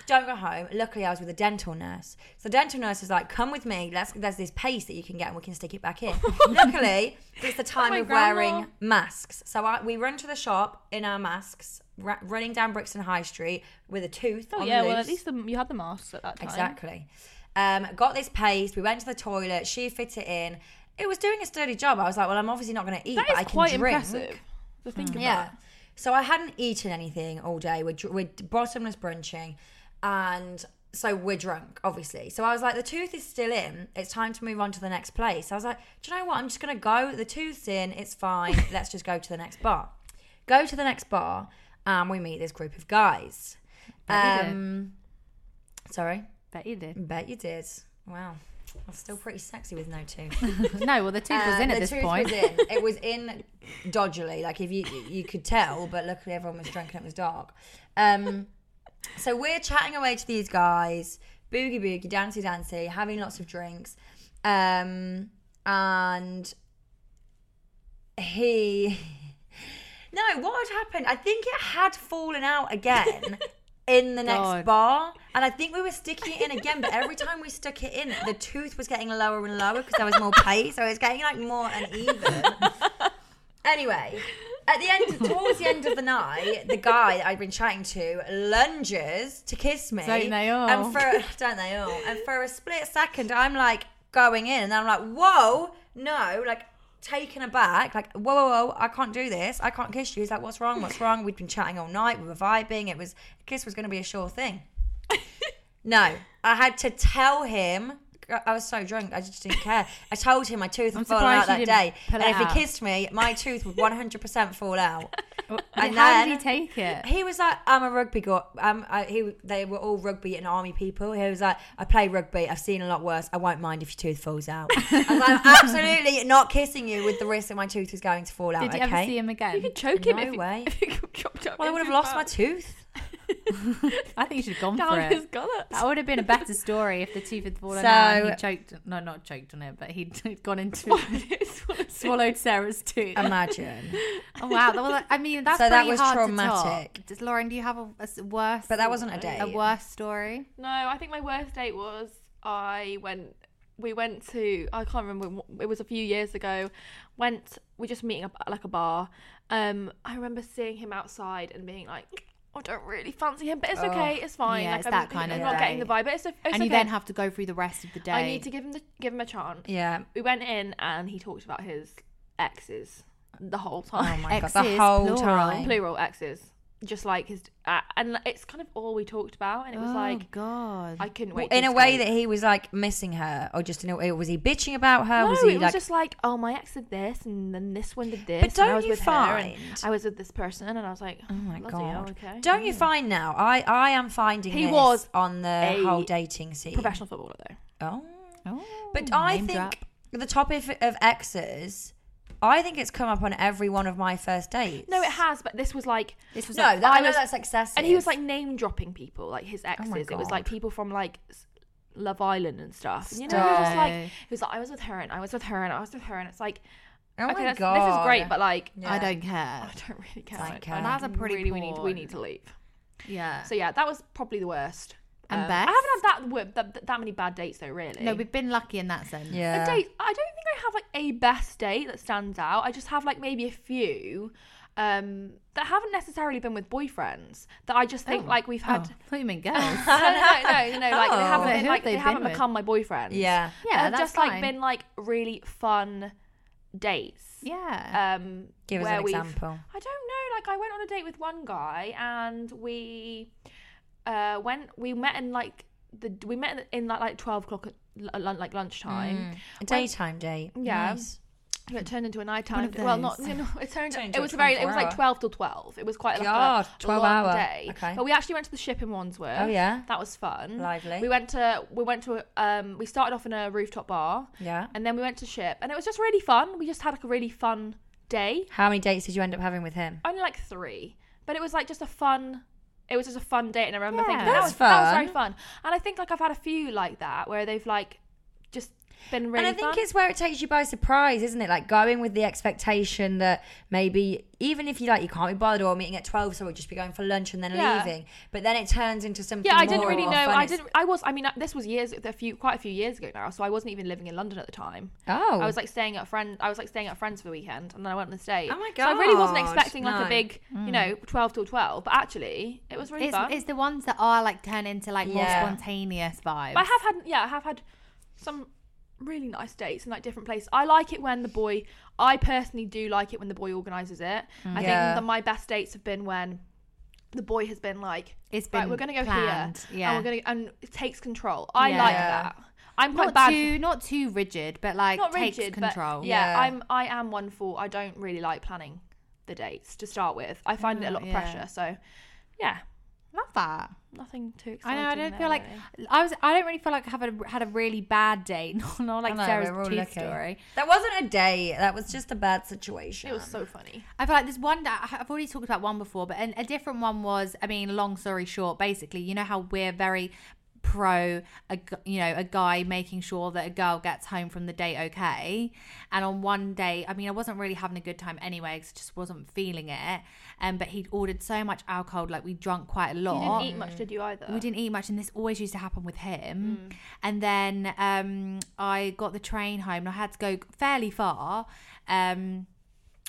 Speaker 1: Don't go home. Luckily, I was with a dental nurse. So the dental nurse is like, come with me. Let's. There's this paste that you can get, and we can stick it back
Speaker 2: *laughs*
Speaker 1: in. Luckily, it's the time
Speaker 2: Oh my
Speaker 1: of
Speaker 2: grandma.
Speaker 1: wearing masks. So I, we run to the shop in our masks, ra- running down Brixton High Street with a tooth.
Speaker 2: Oh
Speaker 1: on
Speaker 2: yeah,
Speaker 1: the
Speaker 2: well at
Speaker 1: loose.
Speaker 2: least the, you had the masks at that time.
Speaker 1: Exactly. Um, got this paste. We went to the toilet. She fit it in. It was doing a sturdy job. I was like, well, I'm obviously not going to eat,
Speaker 2: That
Speaker 1: but I
Speaker 2: is
Speaker 1: can
Speaker 2: quite
Speaker 1: drink. Hmm.
Speaker 2: impressive. To think about.
Speaker 1: Yeah. So I hadn't eaten anything all day. We're, dr- we're bottomless brunching, and so we're drunk, obviously. So I was like, the tooth is still in. It's time to move on to the next place. I was like, do you know what? I'm just gonna go. The tooth's in. It's
Speaker 2: *laughs*
Speaker 1: fine. Let's just go to the next bar. Go to the next bar, and we meet this group of guys.
Speaker 3: Bet you did.
Speaker 1: Um, sorry.
Speaker 3: Bet you did.
Speaker 1: Bet you did. Wow. I'm still pretty sexy with no
Speaker 3: *laughs*
Speaker 1: tooth.
Speaker 3: *laughs* no, well the tooth was
Speaker 1: Uh,
Speaker 3: in
Speaker 1: the
Speaker 3: at this
Speaker 1: tooth
Speaker 3: point.
Speaker 1: Was in. It was in dodgily. Like if you you could tell, but luckily everyone was drunk and it was dark. Um, so we're chatting away to these guys, boogie boogie, dancey dancey, having lots of drinks, um, and he. *laughs* No, what had happened? I think it had fallen out
Speaker 3: *laughs*
Speaker 1: again in the next
Speaker 3: God.
Speaker 1: bar, and I think we were sticking it in again. But every time we stuck it in, the tooth was getting lower and lower because there was more paste, so it was getting like more uneven. Anyway, at the end, towards the end of the night, the guy that I'd been chatting to lunges to kiss me.
Speaker 3: Don't they all?
Speaker 1: And for *laughs* don't they all? And for a split second, I'm like going in, and I'm like, whoa, no, like taken aback, like whoa, whoa, whoa, I can't do this. I can't kiss you. He's like, what's wrong? What's wrong? We'd been chatting all night. We were vibing. It was a kiss was going to be a sure thing. No, I had to tell him. I was so drunk, I just didn't care. I told him my tooth
Speaker 3: I'm
Speaker 1: had fallen out
Speaker 3: surprised you
Speaker 1: that
Speaker 3: didn't
Speaker 1: day,
Speaker 3: pull
Speaker 1: and
Speaker 3: it
Speaker 1: if
Speaker 3: out.
Speaker 1: he kissed me, my tooth would 100% fall
Speaker 3: *laughs*
Speaker 1: out. And
Speaker 3: How
Speaker 1: then-
Speaker 3: did he take it?
Speaker 1: He was like, "I'm a rugby guy." Um, I, he, they were all rugby and army people. He was like, "I play rugby. I've seen a lot worse. I won't mind if your tooth falls
Speaker 3: *laughs*
Speaker 1: out." I was like, "I'm absolutely not kissing you with the risk that my tooth was going to fall out."
Speaker 3: Did you
Speaker 1: okay. *laughs*
Speaker 3: ever see him again?
Speaker 2: You could choke him
Speaker 1: No
Speaker 2: if, he-
Speaker 1: way.
Speaker 2: if he got chopped up
Speaker 1: well, I
Speaker 2: in
Speaker 1: *laughs*
Speaker 2: *laughs*
Speaker 1: would have
Speaker 3: *laughs*
Speaker 2: two
Speaker 1: lost my
Speaker 2: parts.
Speaker 1: tooth.
Speaker 3: I think you should have gone for
Speaker 2: down
Speaker 3: it.
Speaker 2: his gullets. *laughs*
Speaker 3: That would have been a better story if the tooth had fallen
Speaker 1: So-
Speaker 3: out and he choked. No, not choked on it, but he'd *laughs* gone into
Speaker 1: *laughs*
Speaker 3: swallowed Sarah's tooth.
Speaker 1: Imagine.
Speaker 3: oh wow! Well, I mean, that's
Speaker 1: Um, So that
Speaker 3: pretty
Speaker 1: was
Speaker 3: hard to
Speaker 1: traumatic.
Speaker 3: top. Does, Lauren, do you have a, a s- worse?
Speaker 1: But that wasn't a
Speaker 3: a
Speaker 1: date.
Speaker 3: worse story.
Speaker 2: No, I think my worst date was I went. We went to I can't remember. It was a few years ago. Went. We're just meeting up at like a bar. Um, I remember seeing him outside and being like, I don't really fancy him, but it's
Speaker 1: Ugh.
Speaker 2: okay. It's fine.
Speaker 3: Yeah,
Speaker 2: like,
Speaker 3: it's
Speaker 2: I'm,
Speaker 3: that kind
Speaker 2: I'm
Speaker 1: of
Speaker 2: not getting
Speaker 3: date.
Speaker 2: the vibe, but it's, it's
Speaker 3: and
Speaker 2: okay.
Speaker 3: you then have to go through the rest of the day.
Speaker 2: I need to give him the give him a chance.
Speaker 1: Yeah.
Speaker 2: We went in and he talked about his exes the whole
Speaker 1: Oh
Speaker 2: time.
Speaker 1: my god. The
Speaker 3: Exes,
Speaker 1: whole
Speaker 3: plural.
Speaker 1: time.
Speaker 2: *laughs* Plural exes, just like his, uh, and it's kind of all we talked about, and it was
Speaker 3: oh
Speaker 2: like
Speaker 3: God.
Speaker 2: I couldn't wait.
Speaker 1: in
Speaker 2: to
Speaker 1: a way
Speaker 2: escape.
Speaker 1: that he was like missing her, or just in a, was he bitching about her?
Speaker 2: no,
Speaker 1: was he
Speaker 2: it was
Speaker 1: like?
Speaker 2: just like, oh, my ex did this, and then this one did this.
Speaker 1: but
Speaker 2: and I
Speaker 1: don't
Speaker 2: was
Speaker 1: you
Speaker 2: with her, and
Speaker 1: find?
Speaker 2: I was with this person, and I was like,
Speaker 1: Oh my
Speaker 2: bloody hell,
Speaker 1: god!
Speaker 2: okay.
Speaker 1: Don't you find now? I I am finding
Speaker 2: He
Speaker 1: this
Speaker 2: was
Speaker 1: on the
Speaker 2: a
Speaker 1: whole dating scene.
Speaker 2: professional footballer though.
Speaker 1: Oh,
Speaker 3: Oh,
Speaker 1: but I
Speaker 3: name
Speaker 1: think
Speaker 3: drop.
Speaker 1: the topic of exes. I think it's come up on every one of my first dates.
Speaker 2: No, it has, but this was like,
Speaker 3: this was
Speaker 1: No,
Speaker 3: like,
Speaker 1: that, I,
Speaker 2: I
Speaker 1: know
Speaker 2: was-
Speaker 1: that's excessive.
Speaker 2: and he was like name dropping people, like his exes.
Speaker 1: my
Speaker 2: it was like
Speaker 1: God.
Speaker 2: people from like s- Love Island and stuff. You know, it was just like
Speaker 3: Stop.
Speaker 2: he was like, I was with her, and I was with her, and I was with her, and it's like,
Speaker 1: oh
Speaker 2: okay,
Speaker 1: my
Speaker 2: that's,
Speaker 1: god,
Speaker 2: this is great, but like,
Speaker 1: Yeah.
Speaker 3: I don't care.
Speaker 2: *laughs* I don't really care.
Speaker 1: Don't
Speaker 2: Like,
Speaker 1: care.
Speaker 3: That's a pretty
Speaker 2: really we need we
Speaker 3: porn.
Speaker 2: need to leave.
Speaker 3: Yeah.
Speaker 2: So yeah, that was probably the worst. Um,
Speaker 3: And
Speaker 2: I
Speaker 3: best?
Speaker 2: haven't had that, wo- that that many bad dates though, really.
Speaker 3: no, we've been lucky in that sense.
Speaker 1: yeah.
Speaker 2: A date. I don't think I have like a best date that stands out. I just have like maybe a few um that haven't necessarily been with boyfriends that I just think
Speaker 3: Oh.
Speaker 2: like we've
Speaker 3: Oh, I
Speaker 2: had.
Speaker 3: thought you
Speaker 1: *laughs*
Speaker 3: meant girls.
Speaker 2: No, no, no, no, no, like they
Speaker 1: Oh.
Speaker 2: haven't
Speaker 3: Who
Speaker 2: been,
Speaker 3: have
Speaker 2: like
Speaker 3: they
Speaker 2: they
Speaker 3: been
Speaker 2: haven't
Speaker 3: with?
Speaker 2: become my boyfriends.
Speaker 1: Yeah.
Speaker 3: yeah,
Speaker 2: They've
Speaker 3: that's
Speaker 2: just
Speaker 3: fine.
Speaker 2: like been like really fun dates.
Speaker 3: Yeah.
Speaker 2: Um,
Speaker 1: Give us
Speaker 2: where
Speaker 1: an
Speaker 2: we've-
Speaker 1: example.
Speaker 2: I don't know. Like I went on a date with one guy, and we uh went. We met in like the we met in like like twelve o'clock at l- l- like lunchtime.
Speaker 1: A daytime date.
Speaker 2: Yeah.
Speaker 1: Nice.
Speaker 2: And It turned into a night
Speaker 3: One
Speaker 2: time.
Speaker 3: of
Speaker 2: Well, not
Speaker 3: those.
Speaker 2: you know, it turned.
Speaker 1: Turned
Speaker 2: it
Speaker 1: to
Speaker 2: was
Speaker 1: a
Speaker 2: a very. It was
Speaker 1: 24
Speaker 2: like
Speaker 1: hour.
Speaker 2: twelve till twelve. It was quite like
Speaker 1: God,
Speaker 2: a
Speaker 1: 12
Speaker 2: long
Speaker 1: hour.
Speaker 2: day.
Speaker 1: Okay.
Speaker 2: But we actually went to the ship in Wandsworth.
Speaker 1: Oh yeah.
Speaker 2: That was fun.
Speaker 1: Lively.
Speaker 2: We went to we went to a- um we started off in a rooftop bar
Speaker 1: yeah.
Speaker 2: and then we went to ship and it was just really fun. We just had like a really fun day.
Speaker 1: How many dates did you end up having with him?
Speaker 2: only like three, but it was like just a fun. It was just a fun date, and I remember thinking
Speaker 3: Yeah.
Speaker 2: that
Speaker 1: That's
Speaker 2: was that was
Speaker 1: fun.
Speaker 2: very fun. And I think like I've had a few like that where they've like just been
Speaker 1: and
Speaker 2: really.
Speaker 1: I think
Speaker 2: fun.
Speaker 1: it's where it takes you by surprise, isn't it? Like going with the expectation that maybe even if you like you can't be bothered or meeting at twelve, so we'll just be going for lunch and then
Speaker 2: Yeah.
Speaker 1: leaving. But then it turns into something.
Speaker 2: yeah, I didn't
Speaker 1: more
Speaker 2: really know.
Speaker 1: fun.
Speaker 2: I
Speaker 1: It's-
Speaker 2: didn't. I was. I mean, uh, this was years a few quite a few years ago now, so I wasn't even living in London at the time.
Speaker 1: Oh,
Speaker 2: I was like staying at a friend. I was like staying at a friends for the weekend, and then I went on this date.
Speaker 1: Oh my
Speaker 2: So I really wasn't
Speaker 1: gosh,
Speaker 2: expecting like
Speaker 1: no. Mm.
Speaker 2: a big, you know, twelve till twelve. But actually, it was really
Speaker 3: it's,
Speaker 2: fun.
Speaker 3: it's the ones that are like turn into like more
Speaker 1: Yeah.
Speaker 3: spontaneous vibes.
Speaker 2: But I have had yeah, I have had some really nice dates in like different places. I like it when the boy I personally do like it when the boy organises it. I
Speaker 1: Yeah.
Speaker 2: think that my best dates have been when the boy has been like
Speaker 3: it's been
Speaker 2: right, we're gonna go
Speaker 3: planned.
Speaker 2: here.
Speaker 3: Yeah.
Speaker 2: And we're gonna and it takes control. I
Speaker 3: Yeah.
Speaker 2: like
Speaker 1: Yeah.
Speaker 2: that. I'm quite
Speaker 3: not
Speaker 2: bad
Speaker 3: too not too rigid, but like
Speaker 2: not
Speaker 3: takes
Speaker 2: rigid,
Speaker 3: control.
Speaker 2: But yeah,
Speaker 1: Yeah.
Speaker 2: I'm I am one for I don't really like planning the dates to start with. I find it a
Speaker 3: Oh,
Speaker 2: lot of
Speaker 3: yeah.
Speaker 2: pressure. So yeah,
Speaker 3: Love that.
Speaker 2: nothing too
Speaker 3: I
Speaker 2: exciting.
Speaker 3: know. I don't
Speaker 2: there,
Speaker 3: feel like
Speaker 2: really.
Speaker 3: I was. I don't really feel like I have a, had a really bad date. *laughs* Not, not like
Speaker 1: I know, we're all
Speaker 3: Sarah's tooth
Speaker 1: lucky.
Speaker 3: story.
Speaker 1: That wasn't a date. That was just a bad situation.
Speaker 2: it was so funny.
Speaker 3: I feel like there's one that I've already talked about one before, but an, a different one was. I mean, long story short, basically, you know how we're very pro, a, gu- you know, a guy making sure that a girl gets home from the date okay. And on one day, I mean, I wasn't really having a good time anyway, 'cause I just wasn't feeling it. Um, but he'd ordered so much alcohol, like we drunk quite a
Speaker 2: You
Speaker 3: lot.
Speaker 2: didn't eat much, did you either?
Speaker 3: We didn't eat much, and this always used to happen with him. And then um, I got the train home, and I had to go fairly far. Um,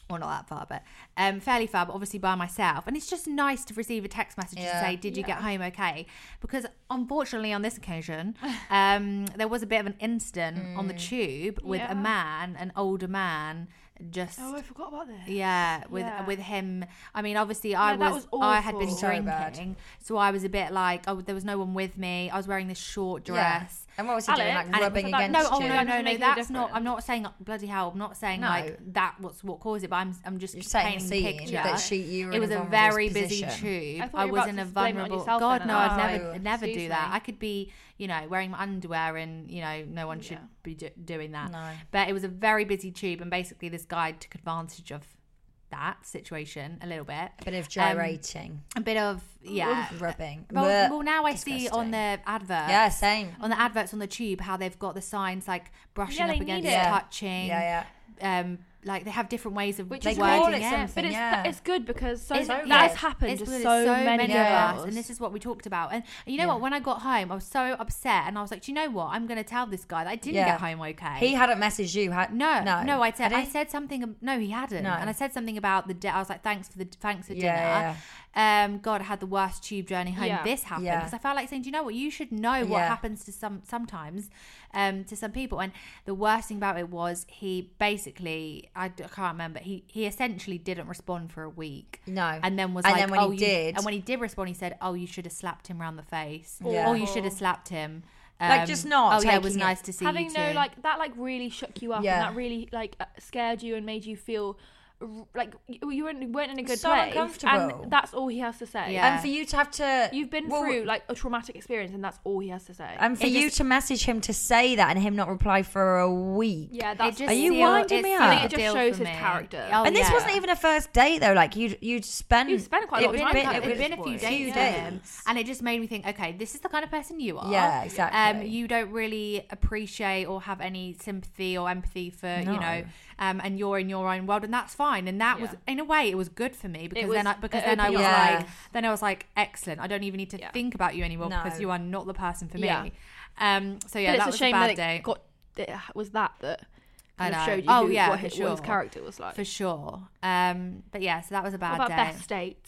Speaker 3: well, not that far, but um, fairly far, but obviously by myself. And it's just nice to receive a text message to
Speaker 1: Yeah.
Speaker 3: say, "Did you get home okay?" Because unfortunately, on this occasion, um, there was a bit of an incident on the tube with
Speaker 2: Yeah.
Speaker 3: a man, an older man, just
Speaker 2: Oh, I forgot about this.
Speaker 3: yeah, with uh,
Speaker 2: Yeah.
Speaker 3: with him. I mean, obviously, I
Speaker 2: No, that
Speaker 3: was,
Speaker 2: was
Speaker 3: I had been
Speaker 2: awful. So
Speaker 1: bad.
Speaker 3: drinking, so I was a bit like, oh, there was no one with me. I was wearing this short dress.
Speaker 1: And what was he doing?
Speaker 2: Alex,
Speaker 1: Like
Speaker 2: and-
Speaker 1: rubbing
Speaker 2: was that-
Speaker 1: against
Speaker 3: No, oh
Speaker 1: you?
Speaker 3: no,
Speaker 2: Doesn't
Speaker 3: no, no.
Speaker 2: make any
Speaker 3: That's not. I'm
Speaker 2: difference.
Speaker 3: not saying bloody hell. I'm not saying
Speaker 1: No.
Speaker 3: like that. What's what caused it? But I'm I'm just
Speaker 1: You're setting the
Speaker 3: painting
Speaker 1: scene
Speaker 3: picture.
Speaker 1: that she you were
Speaker 3: it
Speaker 1: in
Speaker 3: was a
Speaker 1: vulnerable
Speaker 3: very
Speaker 1: position.
Speaker 3: busy tube.
Speaker 2: I thought
Speaker 3: I,
Speaker 2: you were
Speaker 3: was
Speaker 2: about
Speaker 3: in
Speaker 2: to
Speaker 3: a
Speaker 2: blame it on
Speaker 3: vulnerable.
Speaker 2: yourself
Speaker 3: God
Speaker 2: then,
Speaker 3: no, I'd
Speaker 1: Anna.
Speaker 3: never
Speaker 1: No,
Speaker 3: never do
Speaker 2: excuse
Speaker 3: that.
Speaker 2: me.
Speaker 3: I could be you know wearing my underwear and you know no one should
Speaker 2: Yeah.
Speaker 3: be do- doing that.
Speaker 1: No.
Speaker 3: But it was a very busy tube, and basically this guy took advantage of that situation a little bit.
Speaker 1: A bit of gyrating,
Speaker 3: A bit of yeah.
Speaker 1: rubbing.
Speaker 3: Well,
Speaker 1: Blech.
Speaker 3: well, now I see
Speaker 1: Disgusting.
Speaker 3: on the advert.
Speaker 1: yeah, same.
Speaker 3: On the adverts on the tube, how they've got the signs like brushing
Speaker 2: Yeah, they
Speaker 3: up
Speaker 2: need
Speaker 3: against,
Speaker 2: it.
Speaker 1: Yeah.
Speaker 3: touching,
Speaker 1: Yeah, yeah.
Speaker 3: um, like they have different ways of
Speaker 2: Which
Speaker 1: They
Speaker 2: is
Speaker 3: wording
Speaker 1: call it
Speaker 3: it.
Speaker 1: something.
Speaker 2: But it's,
Speaker 1: Yeah.
Speaker 2: it's good because so
Speaker 3: It's-
Speaker 2: that
Speaker 1: yeah.
Speaker 2: has happened
Speaker 3: It's
Speaker 2: to
Speaker 3: with
Speaker 2: so, many,
Speaker 1: of
Speaker 2: girls.
Speaker 1: us.
Speaker 3: and this is what we talked about. And, and you know
Speaker 1: Yeah.
Speaker 3: what? When I got home, I was so upset, and I was like, "Do you know what? I'm going to tell this guy that I didn't
Speaker 1: Yeah.
Speaker 3: get home okay."
Speaker 1: He hadn't messaged you, had
Speaker 3: no, no, no. I said,
Speaker 1: Had
Speaker 3: I
Speaker 1: he?
Speaker 3: said something. No, he hadn't.
Speaker 1: No.
Speaker 3: And I said something about the. De- I was like, "Thanks for the thanks for
Speaker 1: Yeah, yeah,
Speaker 3: dinner." Um, God, I had the worst tube journey home.
Speaker 2: Yeah.
Speaker 3: This happened
Speaker 1: Yeah.
Speaker 3: because I felt like saying, "Do you know what? You should know what
Speaker 1: Yeah.
Speaker 3: happens to some sometimes, um, to some people." And the worst thing about it was he basically, I, d- I can't remember. He he essentially didn't respond for a week.
Speaker 1: no.
Speaker 3: And then was
Speaker 1: And
Speaker 3: like,
Speaker 1: then when
Speaker 3: oh,
Speaker 1: he
Speaker 3: you-
Speaker 1: did-
Speaker 3: and when he did respond, he said, "Oh, you should have slapped him round the face,
Speaker 1: Yeah.
Speaker 3: or you should have slapped him."
Speaker 1: Like, just not
Speaker 3: Oh yeah, it was
Speaker 1: taking it-
Speaker 3: nice to see
Speaker 2: having
Speaker 3: you
Speaker 2: no
Speaker 3: too."
Speaker 2: like that like really shook you up
Speaker 1: Yeah.
Speaker 2: and that really like uh, scared you and made you feel r- like you you weren't, weren't in a good
Speaker 1: So
Speaker 2: place
Speaker 1: uncomfortable.
Speaker 2: and that's all he has to say
Speaker 3: Yeah.
Speaker 1: and for you to have to,
Speaker 2: you've been
Speaker 1: well,
Speaker 2: through like a traumatic experience and that's all he has to say
Speaker 1: and for
Speaker 3: It
Speaker 1: you
Speaker 3: just-
Speaker 1: to message him to say that and him not reply for a week.
Speaker 2: yeah
Speaker 3: It
Speaker 2: that's
Speaker 3: just
Speaker 1: Are you
Speaker 3: seal-
Speaker 1: winding
Speaker 3: it
Speaker 1: me
Speaker 3: sealed
Speaker 1: up?
Speaker 3: the
Speaker 1: It
Speaker 2: just
Speaker 3: deal
Speaker 2: shows
Speaker 3: for
Speaker 2: his
Speaker 3: me.
Speaker 2: character.
Speaker 3: Oh,
Speaker 1: and this
Speaker 3: yeah.
Speaker 1: wasn't even a first date though. Like you'd you'd spend
Speaker 2: You'd spend quite a
Speaker 1: it
Speaker 2: lot of
Speaker 1: would
Speaker 2: time
Speaker 1: be-
Speaker 2: together.
Speaker 1: it would
Speaker 3: It's been
Speaker 1: be
Speaker 3: a few
Speaker 1: few
Speaker 3: days, with
Speaker 1: days.
Speaker 3: him, and it just made me think. Okay, this is the kind of person you are.
Speaker 1: Yeah,
Speaker 3: Um,
Speaker 1: exactly.
Speaker 3: you don't really appreciate or have any sympathy or empathy for you
Speaker 1: No.
Speaker 3: know, um, and you're in your own world, and that's fine. And that was
Speaker 2: Yeah.
Speaker 3: in a way it was good for me because
Speaker 2: was-
Speaker 3: then I, because
Speaker 2: it
Speaker 3: then I
Speaker 2: opened
Speaker 3: was
Speaker 1: you up.
Speaker 3: like then I was like excellent. I don't even need to
Speaker 2: Yeah.
Speaker 3: think about you anymore
Speaker 1: No.
Speaker 3: because you are not the person for me.
Speaker 2: Yeah.
Speaker 3: Um, so yeah, that
Speaker 2: but it's a
Speaker 3: was
Speaker 2: shame
Speaker 3: a bad
Speaker 2: that
Speaker 3: day
Speaker 2: it got it was that that
Speaker 3: I
Speaker 2: kind of
Speaker 3: know.
Speaker 2: showed you
Speaker 3: Oh,
Speaker 2: who-
Speaker 3: yeah,
Speaker 2: what,
Speaker 3: for
Speaker 2: his, what his
Speaker 3: sure.
Speaker 2: character was like
Speaker 3: for sure. Um, but yeah, so that was a
Speaker 2: what
Speaker 3: bad
Speaker 2: about
Speaker 3: day.
Speaker 2: best date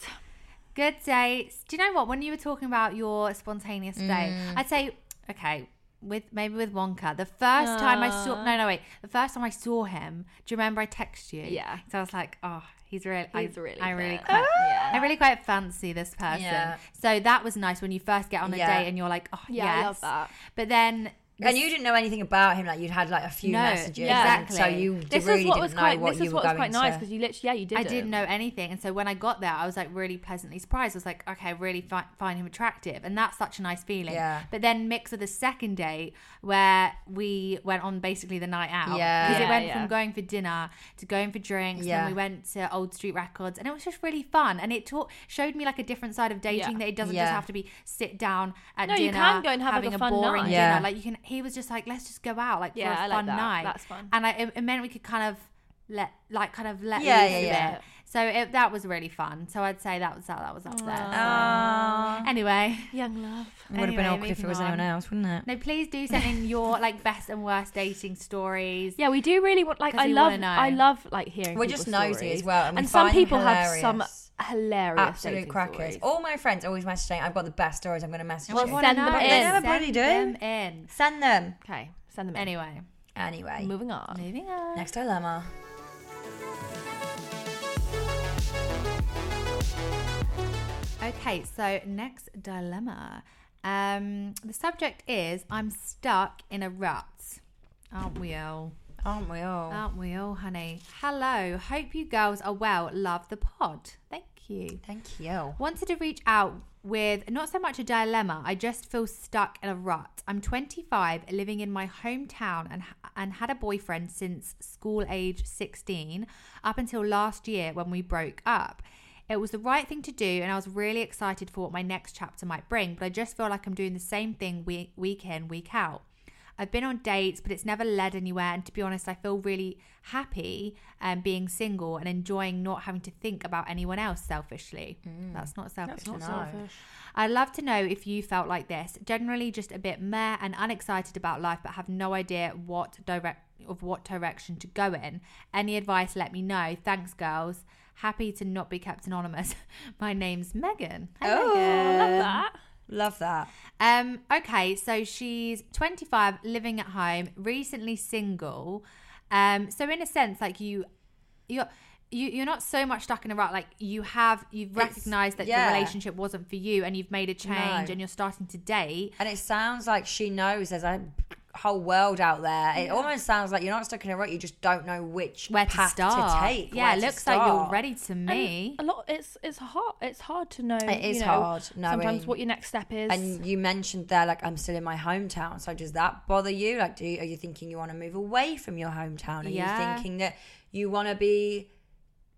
Speaker 3: Good dates. Do you know what? When you were talking about your spontaneous date,
Speaker 2: Mm.
Speaker 3: I'd say, okay, with maybe with Wonka, the first time I saw, no, no, wait, the first time I saw him, do you remember I texted you?
Speaker 2: Yeah.
Speaker 3: So I was like, oh, he's really,
Speaker 2: He's
Speaker 3: I,
Speaker 2: really
Speaker 3: I really,
Speaker 2: fit. *laughs*
Speaker 3: quite,
Speaker 1: Yeah.
Speaker 3: I really quite fancy this person.
Speaker 1: Yeah.
Speaker 3: So that was nice when you first get on a
Speaker 1: Yeah.
Speaker 3: date and you're like, oh,
Speaker 2: Yeah,
Speaker 3: yes.
Speaker 2: I love that.
Speaker 3: But then,
Speaker 1: And you didn't know anything about him. Like you'd had like a few
Speaker 3: No,
Speaker 1: messages.
Speaker 3: yeah.
Speaker 1: and So you d-
Speaker 2: this
Speaker 1: really
Speaker 2: is what
Speaker 1: didn't
Speaker 2: was
Speaker 1: know
Speaker 2: quite
Speaker 1: what
Speaker 2: this
Speaker 1: you
Speaker 2: is
Speaker 1: were
Speaker 2: what was
Speaker 1: going
Speaker 2: quite nice
Speaker 1: to.
Speaker 2: because you literally yeah you did
Speaker 3: I didn't know anything. And so when I got there, I was like really pleasantly surprised. I was like, okay, I really fi- find him attractive. And that's such a nice feeling.
Speaker 1: Yeah.
Speaker 3: But then mixed with the second date where we went on basically the night out.
Speaker 1: Yeah.
Speaker 3: Because it
Speaker 2: Yeah,
Speaker 3: went
Speaker 2: yeah.
Speaker 3: from going for dinner to going for drinks.
Speaker 1: Yeah.
Speaker 3: And we went to Old Street Records. And it was just really fun. And it taught, showed me like a different side of dating
Speaker 2: Yeah.
Speaker 3: that it doesn't
Speaker 1: Yeah.
Speaker 3: just have to be sit down at
Speaker 2: No,
Speaker 3: dinner.
Speaker 2: you can go and have, like,
Speaker 3: having
Speaker 2: a fun
Speaker 3: boring
Speaker 2: night.
Speaker 3: dinner.
Speaker 1: Yeah.
Speaker 3: Like you can, he was just like, let's just go out like
Speaker 2: Yeah,
Speaker 3: for a
Speaker 2: I like
Speaker 3: fun
Speaker 2: that.
Speaker 3: night.
Speaker 2: That's fun.
Speaker 3: And I, it, it meant we could kind of let, like kind of let
Speaker 1: Yeah,
Speaker 3: loose
Speaker 1: yeah,
Speaker 3: a
Speaker 1: yeah.
Speaker 3: bit. So it, that was really fun. So I'd say that was that, that was up there.
Speaker 1: Aw.
Speaker 3: Anyway,
Speaker 2: young love
Speaker 1: It would have been
Speaker 3: Anyway,
Speaker 1: awkward if it
Speaker 3: moving
Speaker 1: was
Speaker 3: on.
Speaker 1: anyone else, wouldn't it?
Speaker 3: no, please do send in your like best and worst dating stories.
Speaker 2: Yeah, we do really want like
Speaker 3: 'Cause
Speaker 2: I
Speaker 3: we
Speaker 2: love
Speaker 3: wanna know.
Speaker 2: I love like hearing.
Speaker 1: We're just
Speaker 2: people's
Speaker 1: nosy
Speaker 2: stories.
Speaker 1: as well, and we
Speaker 2: some
Speaker 1: find
Speaker 2: people
Speaker 1: them
Speaker 2: have some
Speaker 1: hilarious.
Speaker 2: hilarious
Speaker 1: Absolute
Speaker 2: dating
Speaker 1: crackers.
Speaker 2: stories.
Speaker 1: All my friends always message saying, I've got the best stories, I'm going to message
Speaker 3: Well,
Speaker 1: you.
Speaker 3: I wanna
Speaker 2: Send them
Speaker 3: know.
Speaker 2: in.
Speaker 3: Send
Speaker 1: Everybody do.
Speaker 3: them in.
Speaker 1: Send them.
Speaker 2: Okay, send them in.
Speaker 3: Anyway,
Speaker 1: Anyway,
Speaker 2: moving on.
Speaker 3: moving on.
Speaker 1: next dilemma.
Speaker 3: Okay, so next dilemma. Um, the subject is I'm stuck in a rut. Aren't we all?
Speaker 1: Aren't we all?
Speaker 3: Aren't we all, honey? Hello. Hope you girls are well. Love the pod. Thank you.
Speaker 1: Thank you.
Speaker 3: Wanted to reach out with not so much a dilemma. I just feel stuck in a rut. I'm 25, living in my hometown, and and had a boyfriend since school age 16, up until last year when we broke up. It was the right thing to do, and I was really excited for what my next chapter might bring. But I just feel like I'm doing the same thing week, week in, week out. I've been on dates, but it's never led anywhere. And to be honest, I feel really happy um, being single and enjoying not having to think about anyone else selfishly. That's not selfish.
Speaker 2: not
Speaker 3: is it?
Speaker 2: selfish.
Speaker 3: I'd love to know if you felt like this. Generally, just a bit meh and unexcited about life, but have no idea what direct of what direction to go in. Any advice? Let me know. Thanks, girls. Happy to not be kept anonymous. *laughs* My name's Megan. Hi,
Speaker 1: Oh,
Speaker 3: Megan.
Speaker 2: Love that.
Speaker 1: Love that.
Speaker 3: Um, okay, so she's 25, living at home, recently single. Um, so in a sense, like you, you're. You, you're not so much stuck in a rut like you have you've
Speaker 1: It's-
Speaker 3: recognized that
Speaker 1: yeah.
Speaker 3: the relationship wasn't for you and you've made a change
Speaker 1: No.
Speaker 3: and you're starting to date
Speaker 1: And it sounds like she knows there's a whole world out there. It almost sounds like you're not stuck in a rut, you just don't know which
Speaker 3: where to
Speaker 1: path
Speaker 3: start
Speaker 1: take.
Speaker 3: yeah
Speaker 1: where
Speaker 3: it
Speaker 1: to
Speaker 3: looks like you're
Speaker 1: start.
Speaker 3: ready to me
Speaker 2: A lot. It's it's hard. It's hard to know.
Speaker 1: It is
Speaker 2: you know,
Speaker 1: hard knowing.
Speaker 2: Sometimes what your next step is.
Speaker 1: And you mentioned there, like, I'm still in my hometown. So does that bother you? Like, do you, are you thinking you want to move away from your hometown? Are
Speaker 3: Yeah.
Speaker 1: you thinking that you want to be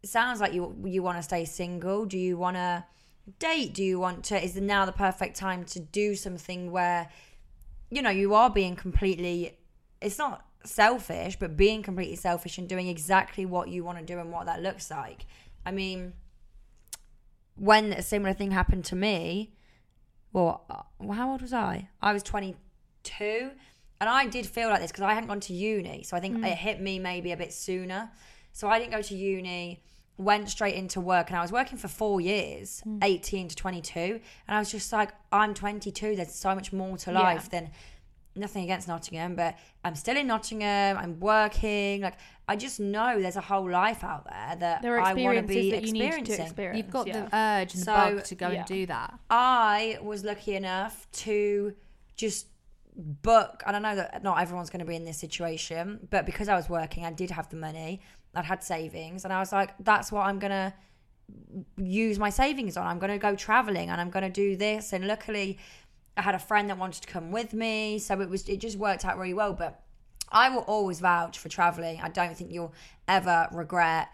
Speaker 1: it sounds like you you want to stay single. Do you want to date? Do you want to? Is now the perfect time to do something where, you know, you are being completely. It's not selfish, but being completely selfish and doing exactly what you want to do and what that looks like. I mean, when a similar thing happened to me, well, uh, how old was I? I was 22. And I did feel like this because I hadn't gone to uni. So I think it hit me maybe a bit sooner. So I didn't go to uni, went straight into work. And I was working for four years, 18 to 22. And I was just like, I'm 22. There's so much more to
Speaker 3: Yeah.
Speaker 1: life than nothing against Nottingham, but I'm still in Nottingham. I'm working. Like, I just know there's a whole life out there that
Speaker 2: There are
Speaker 1: I want to
Speaker 2: experiences
Speaker 1: be
Speaker 2: that you need to
Speaker 1: experiencing.
Speaker 2: experience.
Speaker 3: You've got
Speaker 2: yeah.
Speaker 3: the urge and
Speaker 1: So,
Speaker 3: the bug to go
Speaker 2: yeah.
Speaker 3: and do that.
Speaker 1: I was lucky enough to just book, and I know that not everyone's going to be in this situation, but because I was working, I did have the money, I'd had savings, and I was like, that's what I'm going to use my savings on. I'm going to go traveling and I'm going to do this. And luckily, I had a friend that wanted to come with me, so it was it just worked out really well. But I will always vouch for traveling. I don't think you'll ever regret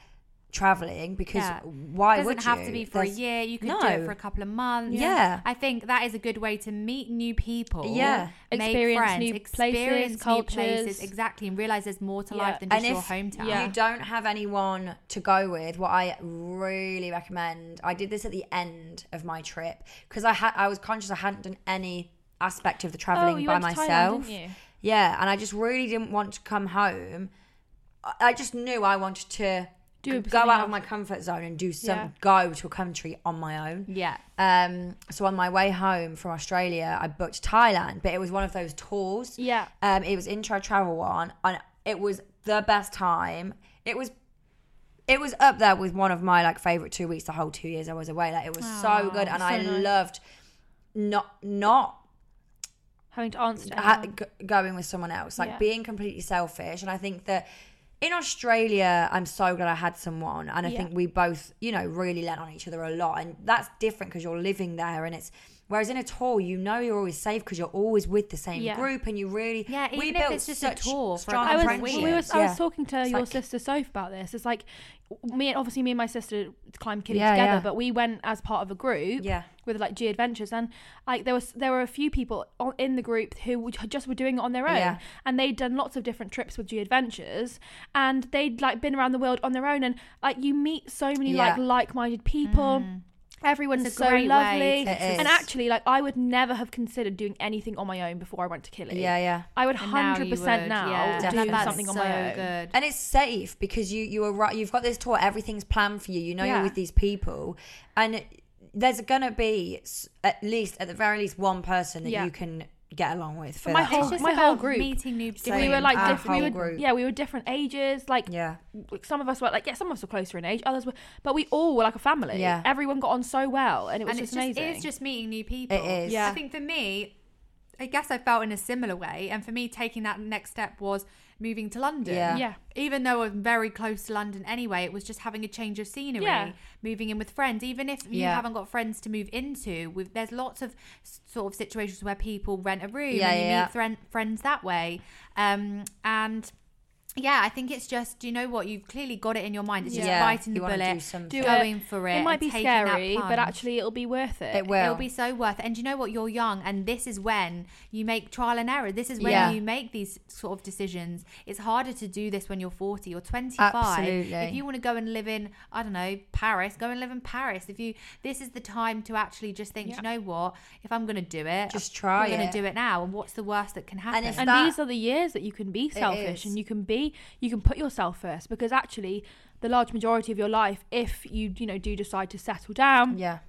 Speaker 1: traveling because
Speaker 3: Yeah.
Speaker 1: why
Speaker 3: doesn't
Speaker 1: Oh, would
Speaker 3: have
Speaker 1: you?
Speaker 3: to be for
Speaker 1: There's-
Speaker 3: a year. You could do it
Speaker 1: No.
Speaker 3: for a couple of months.
Speaker 1: Yeah.
Speaker 3: I think that is a good way to meet new people.
Speaker 1: Yeah.
Speaker 3: make
Speaker 2: Experience
Speaker 3: friends,
Speaker 2: new places,
Speaker 3: experience new
Speaker 2: cultures.
Speaker 3: places, exactly, and realize there's more to
Speaker 2: Yeah.
Speaker 3: life than just
Speaker 1: and
Speaker 3: your
Speaker 1: if
Speaker 3: hometown.
Speaker 2: Yeah.
Speaker 1: you don't have anyone to go with, what I really recommend, I did this at the end of my trip because I had I was conscious I hadn't done any aspect of the traveling
Speaker 2: oh, you
Speaker 1: by
Speaker 2: went
Speaker 1: myself.
Speaker 2: To Thailand, didn't you?
Speaker 1: Yeah, and I just really didn't want to come home. I- I just knew I wanted to go
Speaker 2: Do something
Speaker 1: out of
Speaker 2: else.
Speaker 1: my comfort zone and do some
Speaker 2: Yeah.
Speaker 1: go to a country on my own.
Speaker 3: Yeah.
Speaker 1: Um, so on my way home from Australia, I booked Thailand, but it was one of those tours.
Speaker 2: Yeah.
Speaker 1: Um, it was intro travel one, and it was the best time. It was, it was up there with one of my like favorite two weeks. The whole two years I was away, like it was so good, and
Speaker 2: so
Speaker 1: I
Speaker 2: nice.
Speaker 1: loved not not
Speaker 2: Having to answer. to
Speaker 1: ha-
Speaker 2: everyone.
Speaker 1: g- going with someone else, like
Speaker 2: Yeah.
Speaker 1: being completely selfish. And I think that in Australia, I'm so glad I had someone, and I
Speaker 2: Yeah.
Speaker 1: think we both, you know, really lent on each other a lot, and that's different because you're living there, and it's. Whereas in a tour, you know you're always safe because you're always with the same
Speaker 2: Yeah.
Speaker 1: group, and you really
Speaker 3: Yeah,
Speaker 1: we
Speaker 3: even if
Speaker 1: built
Speaker 3: it's just a
Speaker 1: such
Speaker 3: tour for a
Speaker 1: strong
Speaker 2: I was,
Speaker 3: friends.
Speaker 2: we
Speaker 1: friendships.
Speaker 2: were, I was
Speaker 1: yeah.
Speaker 2: talking to
Speaker 1: It's
Speaker 2: your
Speaker 1: like-
Speaker 2: sister Soph about this. It's like me and obviously me and my sister climbed Kitty
Speaker 1: Yeah,
Speaker 2: together,
Speaker 1: yeah.
Speaker 2: but we went as part of a group
Speaker 1: Yeah.
Speaker 2: with like G Adventures, and like there was there were a few people on, in the group who would- just were doing it on their own,
Speaker 1: Yeah.
Speaker 2: and they'd done lots of different trips with G Adventures, and they'd like been around the world on their own, and like you meet so many
Speaker 1: Yeah.
Speaker 2: like like-minded people. Everyone's
Speaker 3: Mm. It's a
Speaker 2: so
Speaker 3: great way
Speaker 2: lovely,
Speaker 3: to
Speaker 1: It
Speaker 2: and
Speaker 1: is.
Speaker 2: actually, like I would never have considered doing anything on my own before I went to Killy.
Speaker 1: yeah, yeah.
Speaker 2: I would
Speaker 3: And now
Speaker 2: hundred
Speaker 3: you
Speaker 2: percent
Speaker 3: would,
Speaker 2: now
Speaker 3: yeah.
Speaker 1: do
Speaker 2: do
Speaker 1: Definitely.
Speaker 3: That's
Speaker 2: something on
Speaker 3: so
Speaker 2: my own.
Speaker 3: Good.
Speaker 1: And it's safe because you you are right. You've got this tour. Everything's planned for you. You know
Speaker 2: Yeah.
Speaker 1: you're with these people, and there's gonna be s- at least at the very least one person that
Speaker 2: Yeah.
Speaker 1: you can get along with for
Speaker 2: But my
Speaker 1: that
Speaker 2: whole-
Speaker 1: time.
Speaker 3: it's just
Speaker 2: my
Speaker 3: about
Speaker 2: whole group.
Speaker 3: meeting new
Speaker 1: Same.
Speaker 2: We were
Speaker 1: Same.
Speaker 2: like
Speaker 1: Our
Speaker 2: diff- we
Speaker 1: whole
Speaker 2: were,
Speaker 1: group.
Speaker 2: yeah, we were different ages. Like
Speaker 1: yeah,
Speaker 2: some of us were like yeah, some of us were closer in age, others were, but we all were like a family.
Speaker 1: Yeah.
Speaker 2: everyone got on so well, and it
Speaker 3: and
Speaker 2: was just
Speaker 3: it's
Speaker 2: amazing.
Speaker 3: Just, it is just meeting new people.
Speaker 1: It is.
Speaker 2: Yeah.
Speaker 3: I think for me, I guess I felt in a similar way. And for me, taking that next step was moving to London.
Speaker 1: Yeah.
Speaker 2: yeah,
Speaker 3: Even though I'm very close to London anyway, it was just having a change of scenery,
Speaker 2: Yeah.
Speaker 3: moving in with friends. Even if you
Speaker 1: Yeah.
Speaker 3: haven't got friends to move into, with there's lots of s- sort of situations where people rent a room
Speaker 1: Yeah,
Speaker 3: and you
Speaker 1: yeah,
Speaker 3: meet thre- friends that way. Um, and yeah, I think it's just do you know what you've clearly got it in your mind. It's just
Speaker 1: Yeah.
Speaker 3: biting the
Speaker 1: You wanna do
Speaker 3: bullet,
Speaker 1: something.
Speaker 2: Do
Speaker 3: going for it.
Speaker 2: it might
Speaker 3: and
Speaker 2: be
Speaker 3: taking that
Speaker 2: scary, but
Speaker 3: plunge.
Speaker 2: actually it'll be worth it.
Speaker 1: it will.
Speaker 3: It'll be so worth it. And you know what? You're young, and this is when you make trial and error. This is when
Speaker 1: Yeah.
Speaker 3: you make these sort of decisions. It's harder to do this when you're 40 or 25.
Speaker 1: Absolutely.
Speaker 3: If you want to go and live in, I don't know, Paris, go and live in Paris. If you, this is the time to actually just think,
Speaker 2: Yeah.
Speaker 3: you know what? If I'm going to do it,
Speaker 1: Just try
Speaker 3: I'm going
Speaker 1: it.
Speaker 3: to do it now. And what's the worst that can happen?
Speaker 1: if
Speaker 2: and
Speaker 1: that-
Speaker 2: these are the years that you can be selfish
Speaker 1: Uh, is.
Speaker 2: and you can be you can put yourself first because actually the large majority of your life if you you know do decide to settle down
Speaker 1: yeah,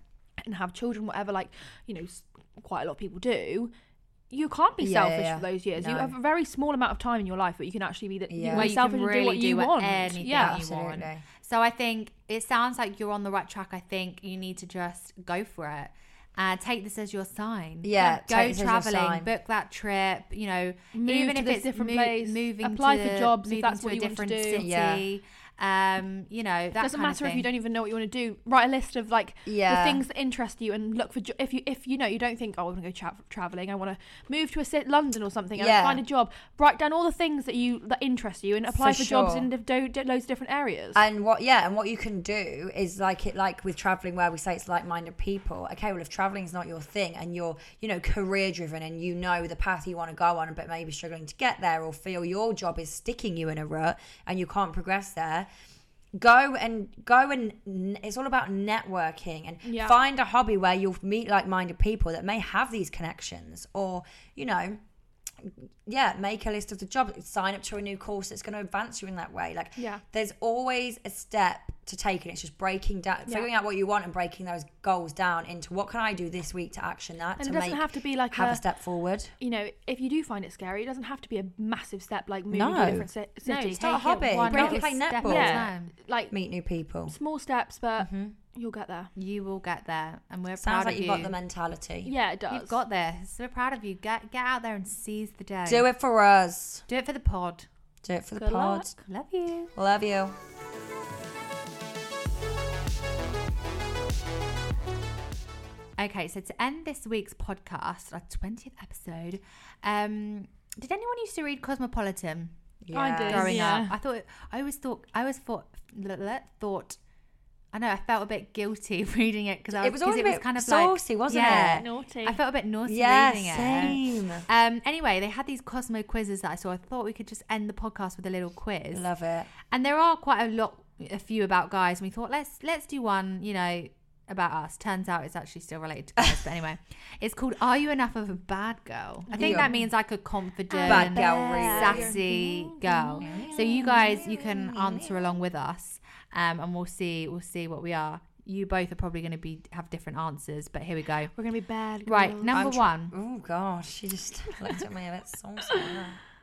Speaker 2: and have children, whatever, like, you know, s- quite a lot of people do, you can't be
Speaker 1: Yeah,
Speaker 2: selfish
Speaker 1: yeah,
Speaker 2: for those years. You
Speaker 1: No.
Speaker 2: have a very small amount of time in your life where you can actually be that you
Speaker 1: Yeah.
Speaker 2: can
Speaker 1: Where
Speaker 2: be
Speaker 3: you
Speaker 2: selfish
Speaker 3: can
Speaker 2: and do what
Speaker 3: really
Speaker 2: you
Speaker 3: do
Speaker 2: want.
Speaker 3: anything
Speaker 2: yeah.
Speaker 3: you want.
Speaker 1: absolutely.
Speaker 3: So I think it sounds like you're on the right track. I think you need to just go for it. Uh, take this as your sign.
Speaker 1: Yeah, take
Speaker 3: go
Speaker 1: this as your
Speaker 3: traveling,
Speaker 1: sign.
Speaker 3: book that trip. You know,
Speaker 2: Move
Speaker 3: even
Speaker 2: to
Speaker 3: if
Speaker 2: this
Speaker 3: it's
Speaker 2: different
Speaker 3: mo-
Speaker 2: place,
Speaker 3: moving,
Speaker 2: apply
Speaker 3: to
Speaker 2: for
Speaker 3: the-
Speaker 2: jobs if
Speaker 3: moving
Speaker 2: that's
Speaker 3: to
Speaker 2: what
Speaker 3: a
Speaker 2: you want to
Speaker 3: different
Speaker 2: do.
Speaker 3: city.
Speaker 1: Yeah.
Speaker 3: Um, you know, that
Speaker 2: doesn't
Speaker 3: kind of
Speaker 2: matter if
Speaker 3: thing.
Speaker 2: you don't even know what you want to do. Write a list of like
Speaker 1: Yeah.
Speaker 2: the things that interest you and look for. Jo- if you if you know you don't think oh I want to go tra- traveling, I want to move to a city, London or something. I wanna
Speaker 1: Yeah.
Speaker 2: find a job. Write down all the things that you that interest you and apply for,
Speaker 1: For
Speaker 2: jobs
Speaker 1: sure.
Speaker 2: in diff- do, do, loads of different areas.
Speaker 1: And what, yeah, and what you can do is like it, like with traveling, where we say it's like-minded people. Okay, well, if traveling is not your thing, and you're, you know, career-driven, and you know the path you want to go on, but maybe struggling to get there, or feel your job is sticking you in a rut, and you can't progress there, go and go and n- it's all about networking and
Speaker 2: Yeah.
Speaker 1: find a hobby where you'll meet like-minded people that may have these connections, or you know, yeah, make a list of the job, sign up to a new course that's going to advance you in that way. Like,
Speaker 2: Yeah.
Speaker 1: there's always a step to take, and it's just breaking down, figuring out what you want, and breaking those goals down into what can I do this week to action that
Speaker 2: and
Speaker 1: to
Speaker 2: it doesn't
Speaker 1: make
Speaker 2: have to be like
Speaker 1: have
Speaker 2: a,
Speaker 1: a step forward.
Speaker 2: you know if you do find it scary, it doesn't have to be a massive step like moving to
Speaker 1: No.
Speaker 2: a different ci-
Speaker 3: No,
Speaker 2: city.
Speaker 1: Start a
Speaker 3: take it
Speaker 1: hobby,
Speaker 3: one
Speaker 1: break
Speaker 3: little
Speaker 1: it, play
Speaker 3: step at a
Speaker 1: netball.
Speaker 2: Yeah.
Speaker 3: time.
Speaker 2: like
Speaker 1: Meet new people.
Speaker 2: small steps, but
Speaker 1: Mm-hmm.
Speaker 2: you'll get there.
Speaker 3: You will get there, and we're
Speaker 1: Sounds
Speaker 3: proud
Speaker 1: like
Speaker 3: of
Speaker 1: you've
Speaker 3: you.
Speaker 1: got the mentality.
Speaker 2: Yeah, it does.
Speaker 3: You've got this. We're proud of you. Get get out there and seize the day.
Speaker 1: Do it for us.
Speaker 3: Do it for the pod.
Speaker 1: Do it for the
Speaker 2: Good
Speaker 1: pod.
Speaker 2: luck.
Speaker 3: Love you.
Speaker 1: Love you.
Speaker 3: Okay, so to end this week's podcast, our twentieth episode, um, did anyone used to read Cosmopolitan
Speaker 2: I did.
Speaker 1: Yes.
Speaker 3: growing
Speaker 2: Yeah.
Speaker 3: up? I thought I always thought I always thought blah, blah, thought. I know I felt a bit guilty *laughs* reading it because I was,
Speaker 1: It was
Speaker 3: 'cause
Speaker 1: always
Speaker 3: it
Speaker 1: a
Speaker 3: was
Speaker 1: bit
Speaker 3: kind of
Speaker 1: saucy,
Speaker 3: like,
Speaker 1: wasn't
Speaker 3: yeah.
Speaker 1: it?
Speaker 2: Naughty.
Speaker 3: I felt a bit naughty
Speaker 1: Yeah,
Speaker 3: reading it.
Speaker 1: same.
Speaker 3: Um, anyway, they had these Cosmo quizzes that I saw. I thought we could just end the podcast with a little quiz.
Speaker 1: Love it.
Speaker 3: And there are quite a lot, a few about guys. And we thought let's let's do one, you know, about us. Turns out it's actually still related
Speaker 1: *laughs*
Speaker 3: to guys. but anyway, it's called "Are You Enough of a Bad Girl?" I think
Speaker 1: Yeah.
Speaker 3: that means like a confident,
Speaker 1: Bad girl reader.
Speaker 3: sassy girl. So you guys, you can answer along with us, um, and we'll see we'll see what we are. You both are probably going to be have different answers, but here we go.
Speaker 2: We're gonna be bad.
Speaker 3: Right,
Speaker 2: girls.
Speaker 3: number one.
Speaker 1: Oh God, she just *laughs* looked at me a bit saucy.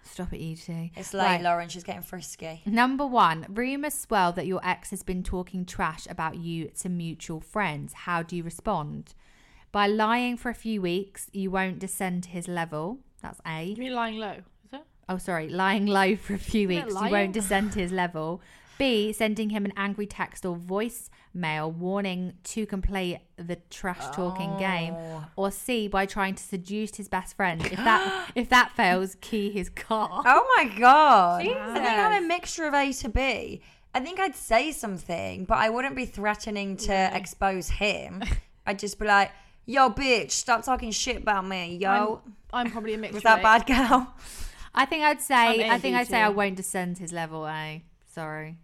Speaker 3: Stop it, E you two.
Speaker 1: It's late,
Speaker 3: Right.
Speaker 1: Lauren. She's getting frisky.
Speaker 3: Number one, rumors swirl that your ex has been talking trash about you to mutual friends. How do you respond? By lying for a few weeks, you won't descend to his level. That's A.
Speaker 2: You mean lying low? Is it?
Speaker 3: Oh, sorry, lying low for a few
Speaker 2: Isn't it
Speaker 3: weeks, you
Speaker 2: *laughs* lying?
Speaker 3: won't descend to his level. B, sending him an angry text or voicemail warning to can play the trash talking game.
Speaker 2: Oh.
Speaker 3: Or C, by trying to seduce his best friend.
Speaker 2: *gasps*
Speaker 3: If that if that fails, key his
Speaker 2: *laughs*
Speaker 3: car.
Speaker 1: Oh my god! I think
Speaker 3: Jesus.
Speaker 1: I'm a mixture of A to B. I think I'd say something, but I wouldn't be threatening to expose
Speaker 2: *laughs*
Speaker 1: him. I'd just be like, "Yo, bitch, stop talking shit about me, yo."
Speaker 2: I'm, I'm probably a mixture.
Speaker 1: was that
Speaker 2: of
Speaker 1: bad, girl?
Speaker 3: I think I'd say
Speaker 2: I'm
Speaker 3: I think
Speaker 2: AD
Speaker 3: I'd say I
Speaker 2: too.
Speaker 3: won't descend his level. eh? sorry.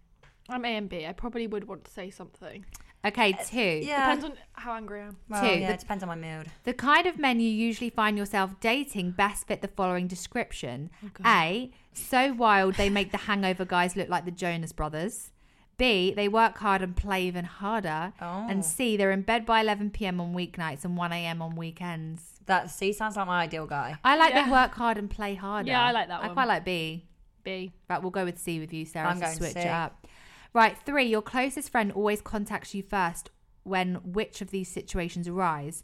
Speaker 2: A- I'm A and B. I probably would want to say something.
Speaker 3: Okay, two.
Speaker 1: Yeah.
Speaker 2: Depends on how angry I am.
Speaker 1: Well,
Speaker 3: Two.
Speaker 1: yeah,
Speaker 3: The-
Speaker 1: it depends on my mood.
Speaker 3: The kind of men you usually find yourself dating best fit the following description: A, so wild they make the Hangover guys look like the Jonas Brothers. B, they work hard and play even harder.
Speaker 1: Oh.
Speaker 3: And C, they're in bed by 11 p.m. on weeknights and 1 a.m. on weekends.
Speaker 1: That C sounds like my ideal guy.
Speaker 3: I like
Speaker 2: Yeah.
Speaker 3: they work hard and play harder.
Speaker 2: Yeah, I like that
Speaker 3: I
Speaker 2: one.
Speaker 3: quite like B.
Speaker 2: B.
Speaker 3: But we'll go with C with you, Sarah.
Speaker 1: I'm
Speaker 3: to
Speaker 1: going
Speaker 3: switch
Speaker 1: C.
Speaker 3: it up. Right, three. Your closest friend always contacts you first when which of these situations arise?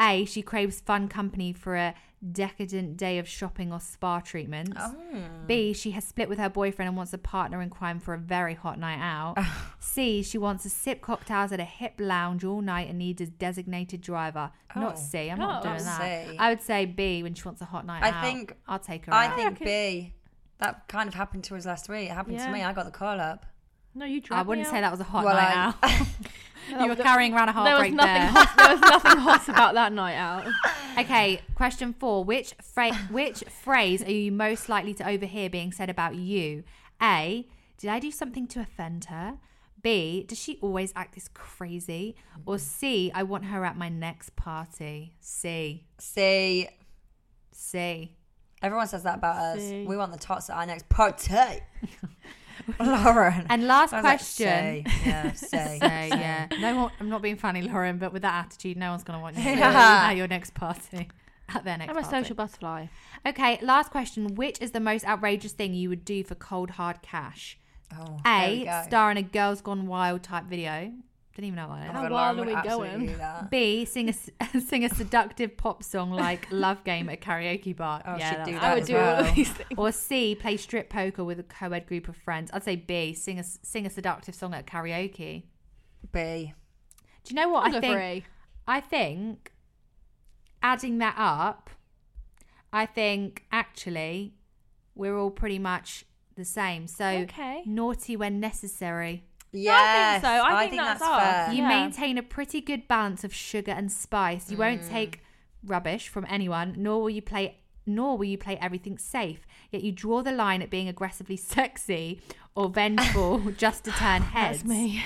Speaker 3: A. She craves fun company for a decadent day of shopping or spa treatments.
Speaker 1: Oh.
Speaker 3: B. She has split with her boyfriend and wants a partner in crime for a very hot night
Speaker 1: *laughs*
Speaker 3: out. C. She wants to sip cocktails at a hip lounge all night and needs a designated driver. Not
Speaker 1: Oh.
Speaker 3: C. I'm
Speaker 2: Oh.
Speaker 3: not doing that.
Speaker 1: C.
Speaker 3: I would say B when she wants a hot night
Speaker 1: I
Speaker 3: out.
Speaker 1: think-
Speaker 3: I'll take her.
Speaker 1: I
Speaker 3: out.
Speaker 1: think
Speaker 2: reckon-
Speaker 1: B. That kind of happened to us last week. It happened
Speaker 2: Yeah.
Speaker 1: to me. I got the call up.
Speaker 2: No, you
Speaker 3: I
Speaker 2: dragged me
Speaker 3: wouldn't say
Speaker 2: out.
Speaker 3: that was a hot
Speaker 1: Well,
Speaker 3: night
Speaker 1: I-
Speaker 3: out.
Speaker 1: *laughs*
Speaker 2: That
Speaker 3: you were
Speaker 2: was-
Speaker 3: carrying around a
Speaker 2: There was
Speaker 3: heartbreak
Speaker 2: nothing
Speaker 3: there.
Speaker 2: hot. There was nothing hot about that night out.
Speaker 3: *laughs* okay, question four. Which, fra- which phrase are you most likely to overhear being said about you? A. Did I do something to offend her? B. Does she always act this crazy? Or C. I want her at my next party. C.
Speaker 1: C.
Speaker 3: C.
Speaker 1: Everyone says that about
Speaker 2: C.
Speaker 1: us. We want the tots at our next party. Lauren.
Speaker 3: And last
Speaker 1: I was like,
Speaker 3: question.
Speaker 1: "Say, yeah, say,
Speaker 3: *laughs* So yeah, no one. I'm not being funny, Lauren, but with that attitude, no one's gonna
Speaker 1: *laughs*
Speaker 3: want you
Speaker 1: Yeah.
Speaker 3: at your next party. *laughs* At their next.
Speaker 2: I'm a
Speaker 3: party.
Speaker 2: social butterfly.
Speaker 3: Okay, last question. Which is the most outrageous thing you would do for cold hard cash?
Speaker 1: Oh, there we
Speaker 3: A,
Speaker 1: go.
Speaker 3: star in a Girls Gone Wild type video, Didn't even know about it.
Speaker 5: How
Speaker 1: Oh God,
Speaker 5: wild
Speaker 1: Lauren would
Speaker 5: are we
Speaker 1: absolutely
Speaker 5: going?
Speaker 1: do that.
Speaker 3: B sing a s- *laughs* sing a seductive pop
Speaker 1: *laughs*
Speaker 3: song like "Love Game" at karaoke bar.
Speaker 1: Oh, she'd do
Speaker 3: that's-
Speaker 1: that
Speaker 5: I would
Speaker 1: as
Speaker 5: do all
Speaker 1: well.
Speaker 5: of these things.
Speaker 3: Or C play strip poker with a co-ed group of friends. I'd say B sing a s- sing a seductive song at karaoke.
Speaker 1: B.
Speaker 3: Do you know what
Speaker 5: I'll
Speaker 3: I
Speaker 5: go
Speaker 3: think?
Speaker 5: for A.
Speaker 3: I think adding that up, I think actually we're all pretty much the same. So
Speaker 5: Okay.
Speaker 3: naughty when necessary.
Speaker 1: Yes,
Speaker 5: so. I think that's ours.
Speaker 1: fair.
Speaker 3: You
Speaker 5: Yeah.
Speaker 3: maintain a pretty good balance of sugar and spice. You
Speaker 5: Mm.
Speaker 3: won't take rubbish from anyone, nor will you play nor will you play everything safe. Yet you draw the line at being aggressively *laughs* sexy or vengeful just to turn heads.
Speaker 2: *laughs*
Speaker 5: *laughs* That's me.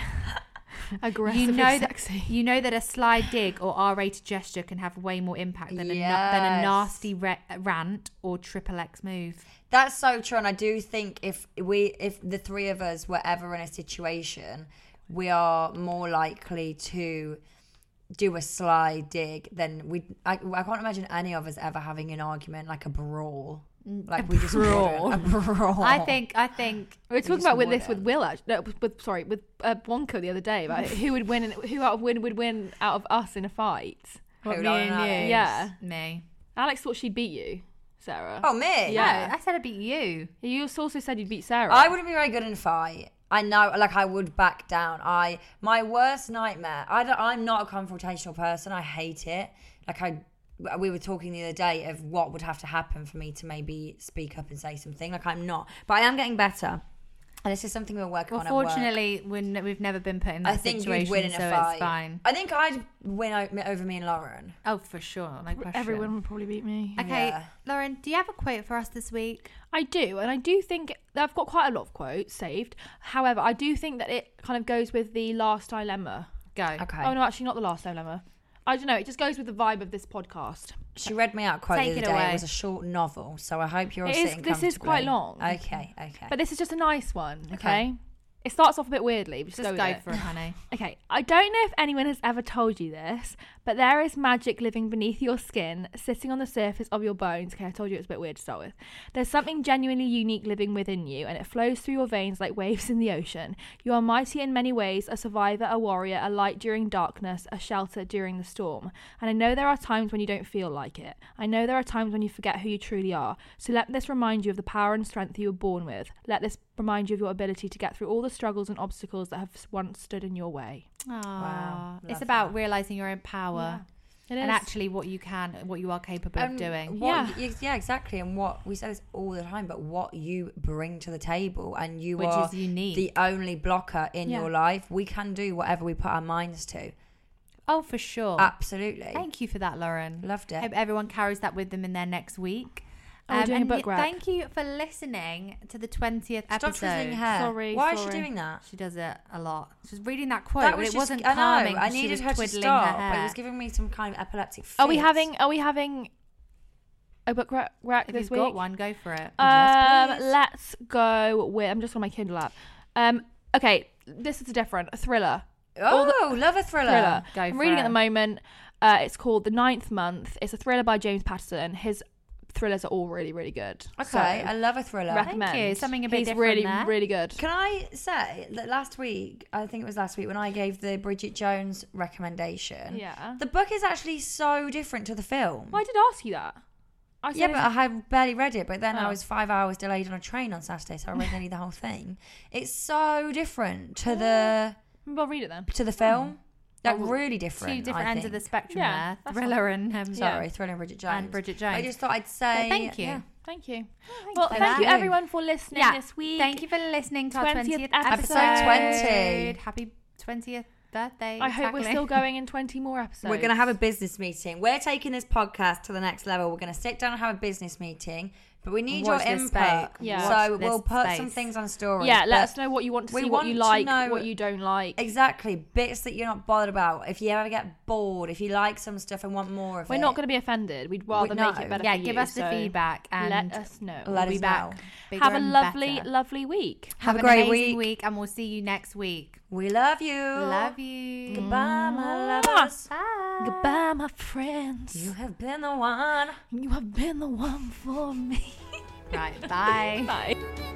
Speaker 5: Aggressively
Speaker 3: You know
Speaker 5: sexy.
Speaker 3: that you know that a sly dig or R-rated gesture can have way more impact than, a, than a
Speaker 1: Yes.
Speaker 3: nasty re- rant or triple X move.
Speaker 1: That's so true, and I do think if we, if the three of us were ever in a situation, we are more likely to do a sly dig than we. I, I can't imagine any of us ever having an argument like a brawl, like we just
Speaker 3: brawl.
Speaker 1: wouldn't. a brawl.
Speaker 3: I think I think
Speaker 5: We were talking
Speaker 1: just
Speaker 5: about with this with
Speaker 1: wouldn't.
Speaker 5: Will, actually, no, with, with sorry, with uh, Wonka the other day about who would win, and who out of win would win out of us in a fight.
Speaker 1: Who,
Speaker 3: me
Speaker 1: Lauren and
Speaker 3: and
Speaker 1: Alex?
Speaker 3: you.
Speaker 5: Yeah.
Speaker 3: me.
Speaker 5: Alex thought she'd beat you, Sarah.
Speaker 1: Oh me?
Speaker 5: Yeah.
Speaker 3: No, I said I beat you.
Speaker 5: You also said you'd beat Sarah.
Speaker 1: I wouldn't be very good in a fight. I know, like I would back down. I my worst nightmare. I don't, I'm not a confrontational person. I hate it. Like I, we were talking the other day of what would have to happen for me to maybe speak up and say something. Like I'm not, but I am getting better. And this is something we're working
Speaker 3: Well,
Speaker 1: on. at work.
Speaker 3: fortunately, we're n- we've never been put in that
Speaker 1: I think
Speaker 3: situation,
Speaker 1: you'd win in a
Speaker 3: so
Speaker 1: fight.
Speaker 3: it's fine.
Speaker 1: I think I'd win o- over me and Lauren.
Speaker 3: Oh, for sure, no question.
Speaker 5: Everyone would probably beat me.
Speaker 3: Okay,
Speaker 1: Yeah.
Speaker 3: Lauren, do you have a quote for us this week?
Speaker 5: I do, and I do think I've got quite a lot of quotes saved. However, I do think that it kind of goes with the last dilemma.
Speaker 3: Go.
Speaker 1: Okay.
Speaker 5: Oh no, actually not the last dilemma. I don't know. It just goes with the vibe of this podcast.
Speaker 1: She read me out a quote
Speaker 3: Take
Speaker 1: the
Speaker 3: it
Speaker 1: other day.
Speaker 3: away.
Speaker 1: It was a short novel, so I hope you're all
Speaker 5: It is-
Speaker 1: sitting
Speaker 5: this is quite
Speaker 1: comfortably.
Speaker 5: long.
Speaker 1: Okay, okay.
Speaker 5: But this is just a nice one. Okay.
Speaker 1: Okay.
Speaker 5: It starts off a bit weirdly. But just,
Speaker 3: Just
Speaker 5: go,
Speaker 3: go
Speaker 5: with it.
Speaker 3: for
Speaker 1: *laughs*
Speaker 3: it, honey.
Speaker 5: Okay, I don't know if anyone has ever told you this, but there is magic living beneath your skin, sitting on the surface of your bones. Okay, I told you it's a bit weird to start with. There's something genuinely unique living within you, and it flows through your veins like waves in the ocean. You are mighty in many ways a survivor, a warrior, a light during darkness, a shelter during the storm. And I know there are times when you don't feel like it. I know there are times when you forget who you truly are. So let this remind you of the power and strength you were born with. Let this remind you of your ability to get through all the struggles and obstacles that have once stood in your way.
Speaker 3: Wow,
Speaker 1: love
Speaker 3: it's about
Speaker 1: that.
Speaker 3: realizing your own power
Speaker 5: It
Speaker 3: and actually what you can, what you are capable of
Speaker 1: And
Speaker 3: doing.
Speaker 1: What, yeah. yeah, exactly. And what we say this all the time, but what you bring to the table and you
Speaker 3: Which
Speaker 1: are
Speaker 3: is unique.
Speaker 1: the only blocker in
Speaker 5: Yeah.
Speaker 1: your life. We can do whatever we put our minds to.
Speaker 3: Oh, for sure.
Speaker 1: Absolutely.
Speaker 3: Thank you for that, Lauren.
Speaker 1: Loved Uh, it.
Speaker 3: Hope everyone carries that with them in their next week. Um,
Speaker 5: Oh, we're doing a
Speaker 3: and
Speaker 5: book
Speaker 3: y-
Speaker 5: wrap.
Speaker 3: Thank you for listening to the twentieth
Speaker 1: Stop
Speaker 3: episode.
Speaker 1: twizzling your hair.
Speaker 5: Sorry,
Speaker 1: Why is she
Speaker 5: sorry.
Speaker 1: doing that?
Speaker 3: She does it a lot. She's reading that quote,
Speaker 1: that
Speaker 3: but
Speaker 1: was
Speaker 3: it
Speaker 1: just,
Speaker 3: wasn't
Speaker 1: I know,
Speaker 3: calming. 'cause
Speaker 1: I
Speaker 3: she
Speaker 1: needed
Speaker 3: was
Speaker 1: her to
Speaker 3: twiddling
Speaker 1: stop,
Speaker 3: Her
Speaker 1: but it
Speaker 3: hair.
Speaker 1: was giving me some kind of epileptic.
Speaker 5: Are we
Speaker 1: fit.
Speaker 5: having are we having a book rack, rack
Speaker 3: if
Speaker 5: this
Speaker 3: you've
Speaker 5: week?
Speaker 3: got one, go for it.
Speaker 5: Um,
Speaker 1: Yes, please.
Speaker 5: let's go with. I'm just on my Kindle app. Um, okay, this is different. A thriller. all the-
Speaker 1: Oh, love a thriller.
Speaker 5: Thriller.
Speaker 3: Go
Speaker 5: I'm
Speaker 3: for
Speaker 5: reading
Speaker 3: it.
Speaker 5: at the moment. Uh, it's called The Ninth Month. It's a thriller by James Patterson. His thrillers are all really, really good.
Speaker 1: Okay,
Speaker 5: So,
Speaker 1: I love a thriller.
Speaker 3: you.
Speaker 5: recommend.
Speaker 3: Something a bit
Speaker 5: He's
Speaker 3: different
Speaker 5: really,
Speaker 3: there.
Speaker 5: really good.
Speaker 1: Can I say that last week, I think it was last week, when I gave the Bridget Jones recommendation,
Speaker 5: Yeah.
Speaker 1: the book is actually so different to the film.
Speaker 5: Well, I did ask you that. I said
Speaker 1: Yeah, but I had barely read it. But then I
Speaker 5: Oh.
Speaker 1: was five hours delayed on a train on Saturday, so I read nearly the whole *laughs* thing. It's so different to the
Speaker 5: maybe I'll read it then.
Speaker 1: to the film. Like
Speaker 3: Well,
Speaker 1: really
Speaker 3: Two
Speaker 1: Oh, different.
Speaker 3: different
Speaker 1: I
Speaker 3: ends of the
Speaker 1: think.
Speaker 3: spectrum
Speaker 5: Yeah,
Speaker 3: there.
Speaker 5: that's
Speaker 3: Thriller and um,
Speaker 5: Yeah.
Speaker 1: Sorry, Thriller and Bridget Jones.
Speaker 3: and Bridget Jones.
Speaker 1: I just thought I'd say
Speaker 3: Well, thank you.
Speaker 1: yeah.
Speaker 5: Thank you.
Speaker 3: Thank
Speaker 5: well,
Speaker 3: you for
Speaker 5: thank you
Speaker 1: that.
Speaker 5: everyone for listening
Speaker 3: Yeah,
Speaker 5: this week.
Speaker 3: Thank you for listening to our
Speaker 5: 20th
Speaker 3: 20th
Speaker 5: episode.
Speaker 3: episode.
Speaker 1: Episode 20.
Speaker 3: Happy 20th birthday.
Speaker 5: I hope we're
Speaker 3: exactly.
Speaker 5: still going in 20 more episodes.
Speaker 1: We're going to have a business meeting. We're taking this podcast to the next level. We're going to sit down and have a business meeting, but we need
Speaker 3: Watch
Speaker 1: your
Speaker 3: this
Speaker 1: input.
Speaker 3: space.
Speaker 5: Yeah.
Speaker 1: So
Speaker 3: Watch this
Speaker 1: we'll put some
Speaker 3: space.
Speaker 1: things on stories.
Speaker 5: Yeah, let
Speaker 1: but-
Speaker 5: us know what you want to
Speaker 1: we
Speaker 5: see, what
Speaker 1: want
Speaker 5: you
Speaker 1: to
Speaker 5: like,
Speaker 1: know-
Speaker 5: what you don't like.
Speaker 1: Exactly, bits that you're not bothered about. If you ever get bored, if you like some stuff and want more of
Speaker 5: We're
Speaker 1: it,
Speaker 5: not going to be offended. We'd rather make
Speaker 1: no.
Speaker 5: it better.
Speaker 3: Yeah,
Speaker 5: for you,
Speaker 3: give us the
Speaker 5: so
Speaker 3: feedback and
Speaker 5: let us know.
Speaker 1: Let
Speaker 3: we'll be
Speaker 1: us
Speaker 3: back.
Speaker 1: know.
Speaker 3: bigger
Speaker 5: have a
Speaker 3: and
Speaker 5: lovely,
Speaker 3: better.
Speaker 5: lovely week.
Speaker 1: Have a
Speaker 3: an
Speaker 1: great
Speaker 3: amazing
Speaker 1: week.
Speaker 3: and we'll see you next week.
Speaker 1: We love you.
Speaker 3: Love you.
Speaker 1: Goodbye, my
Speaker 5: Mwah.
Speaker 1: lovers.
Speaker 3: Bye.
Speaker 5: Goodbye, my friends.
Speaker 1: You have been the one.
Speaker 5: you have been the one for me.
Speaker 3: *laughs* Right. Bye.
Speaker 5: Bye.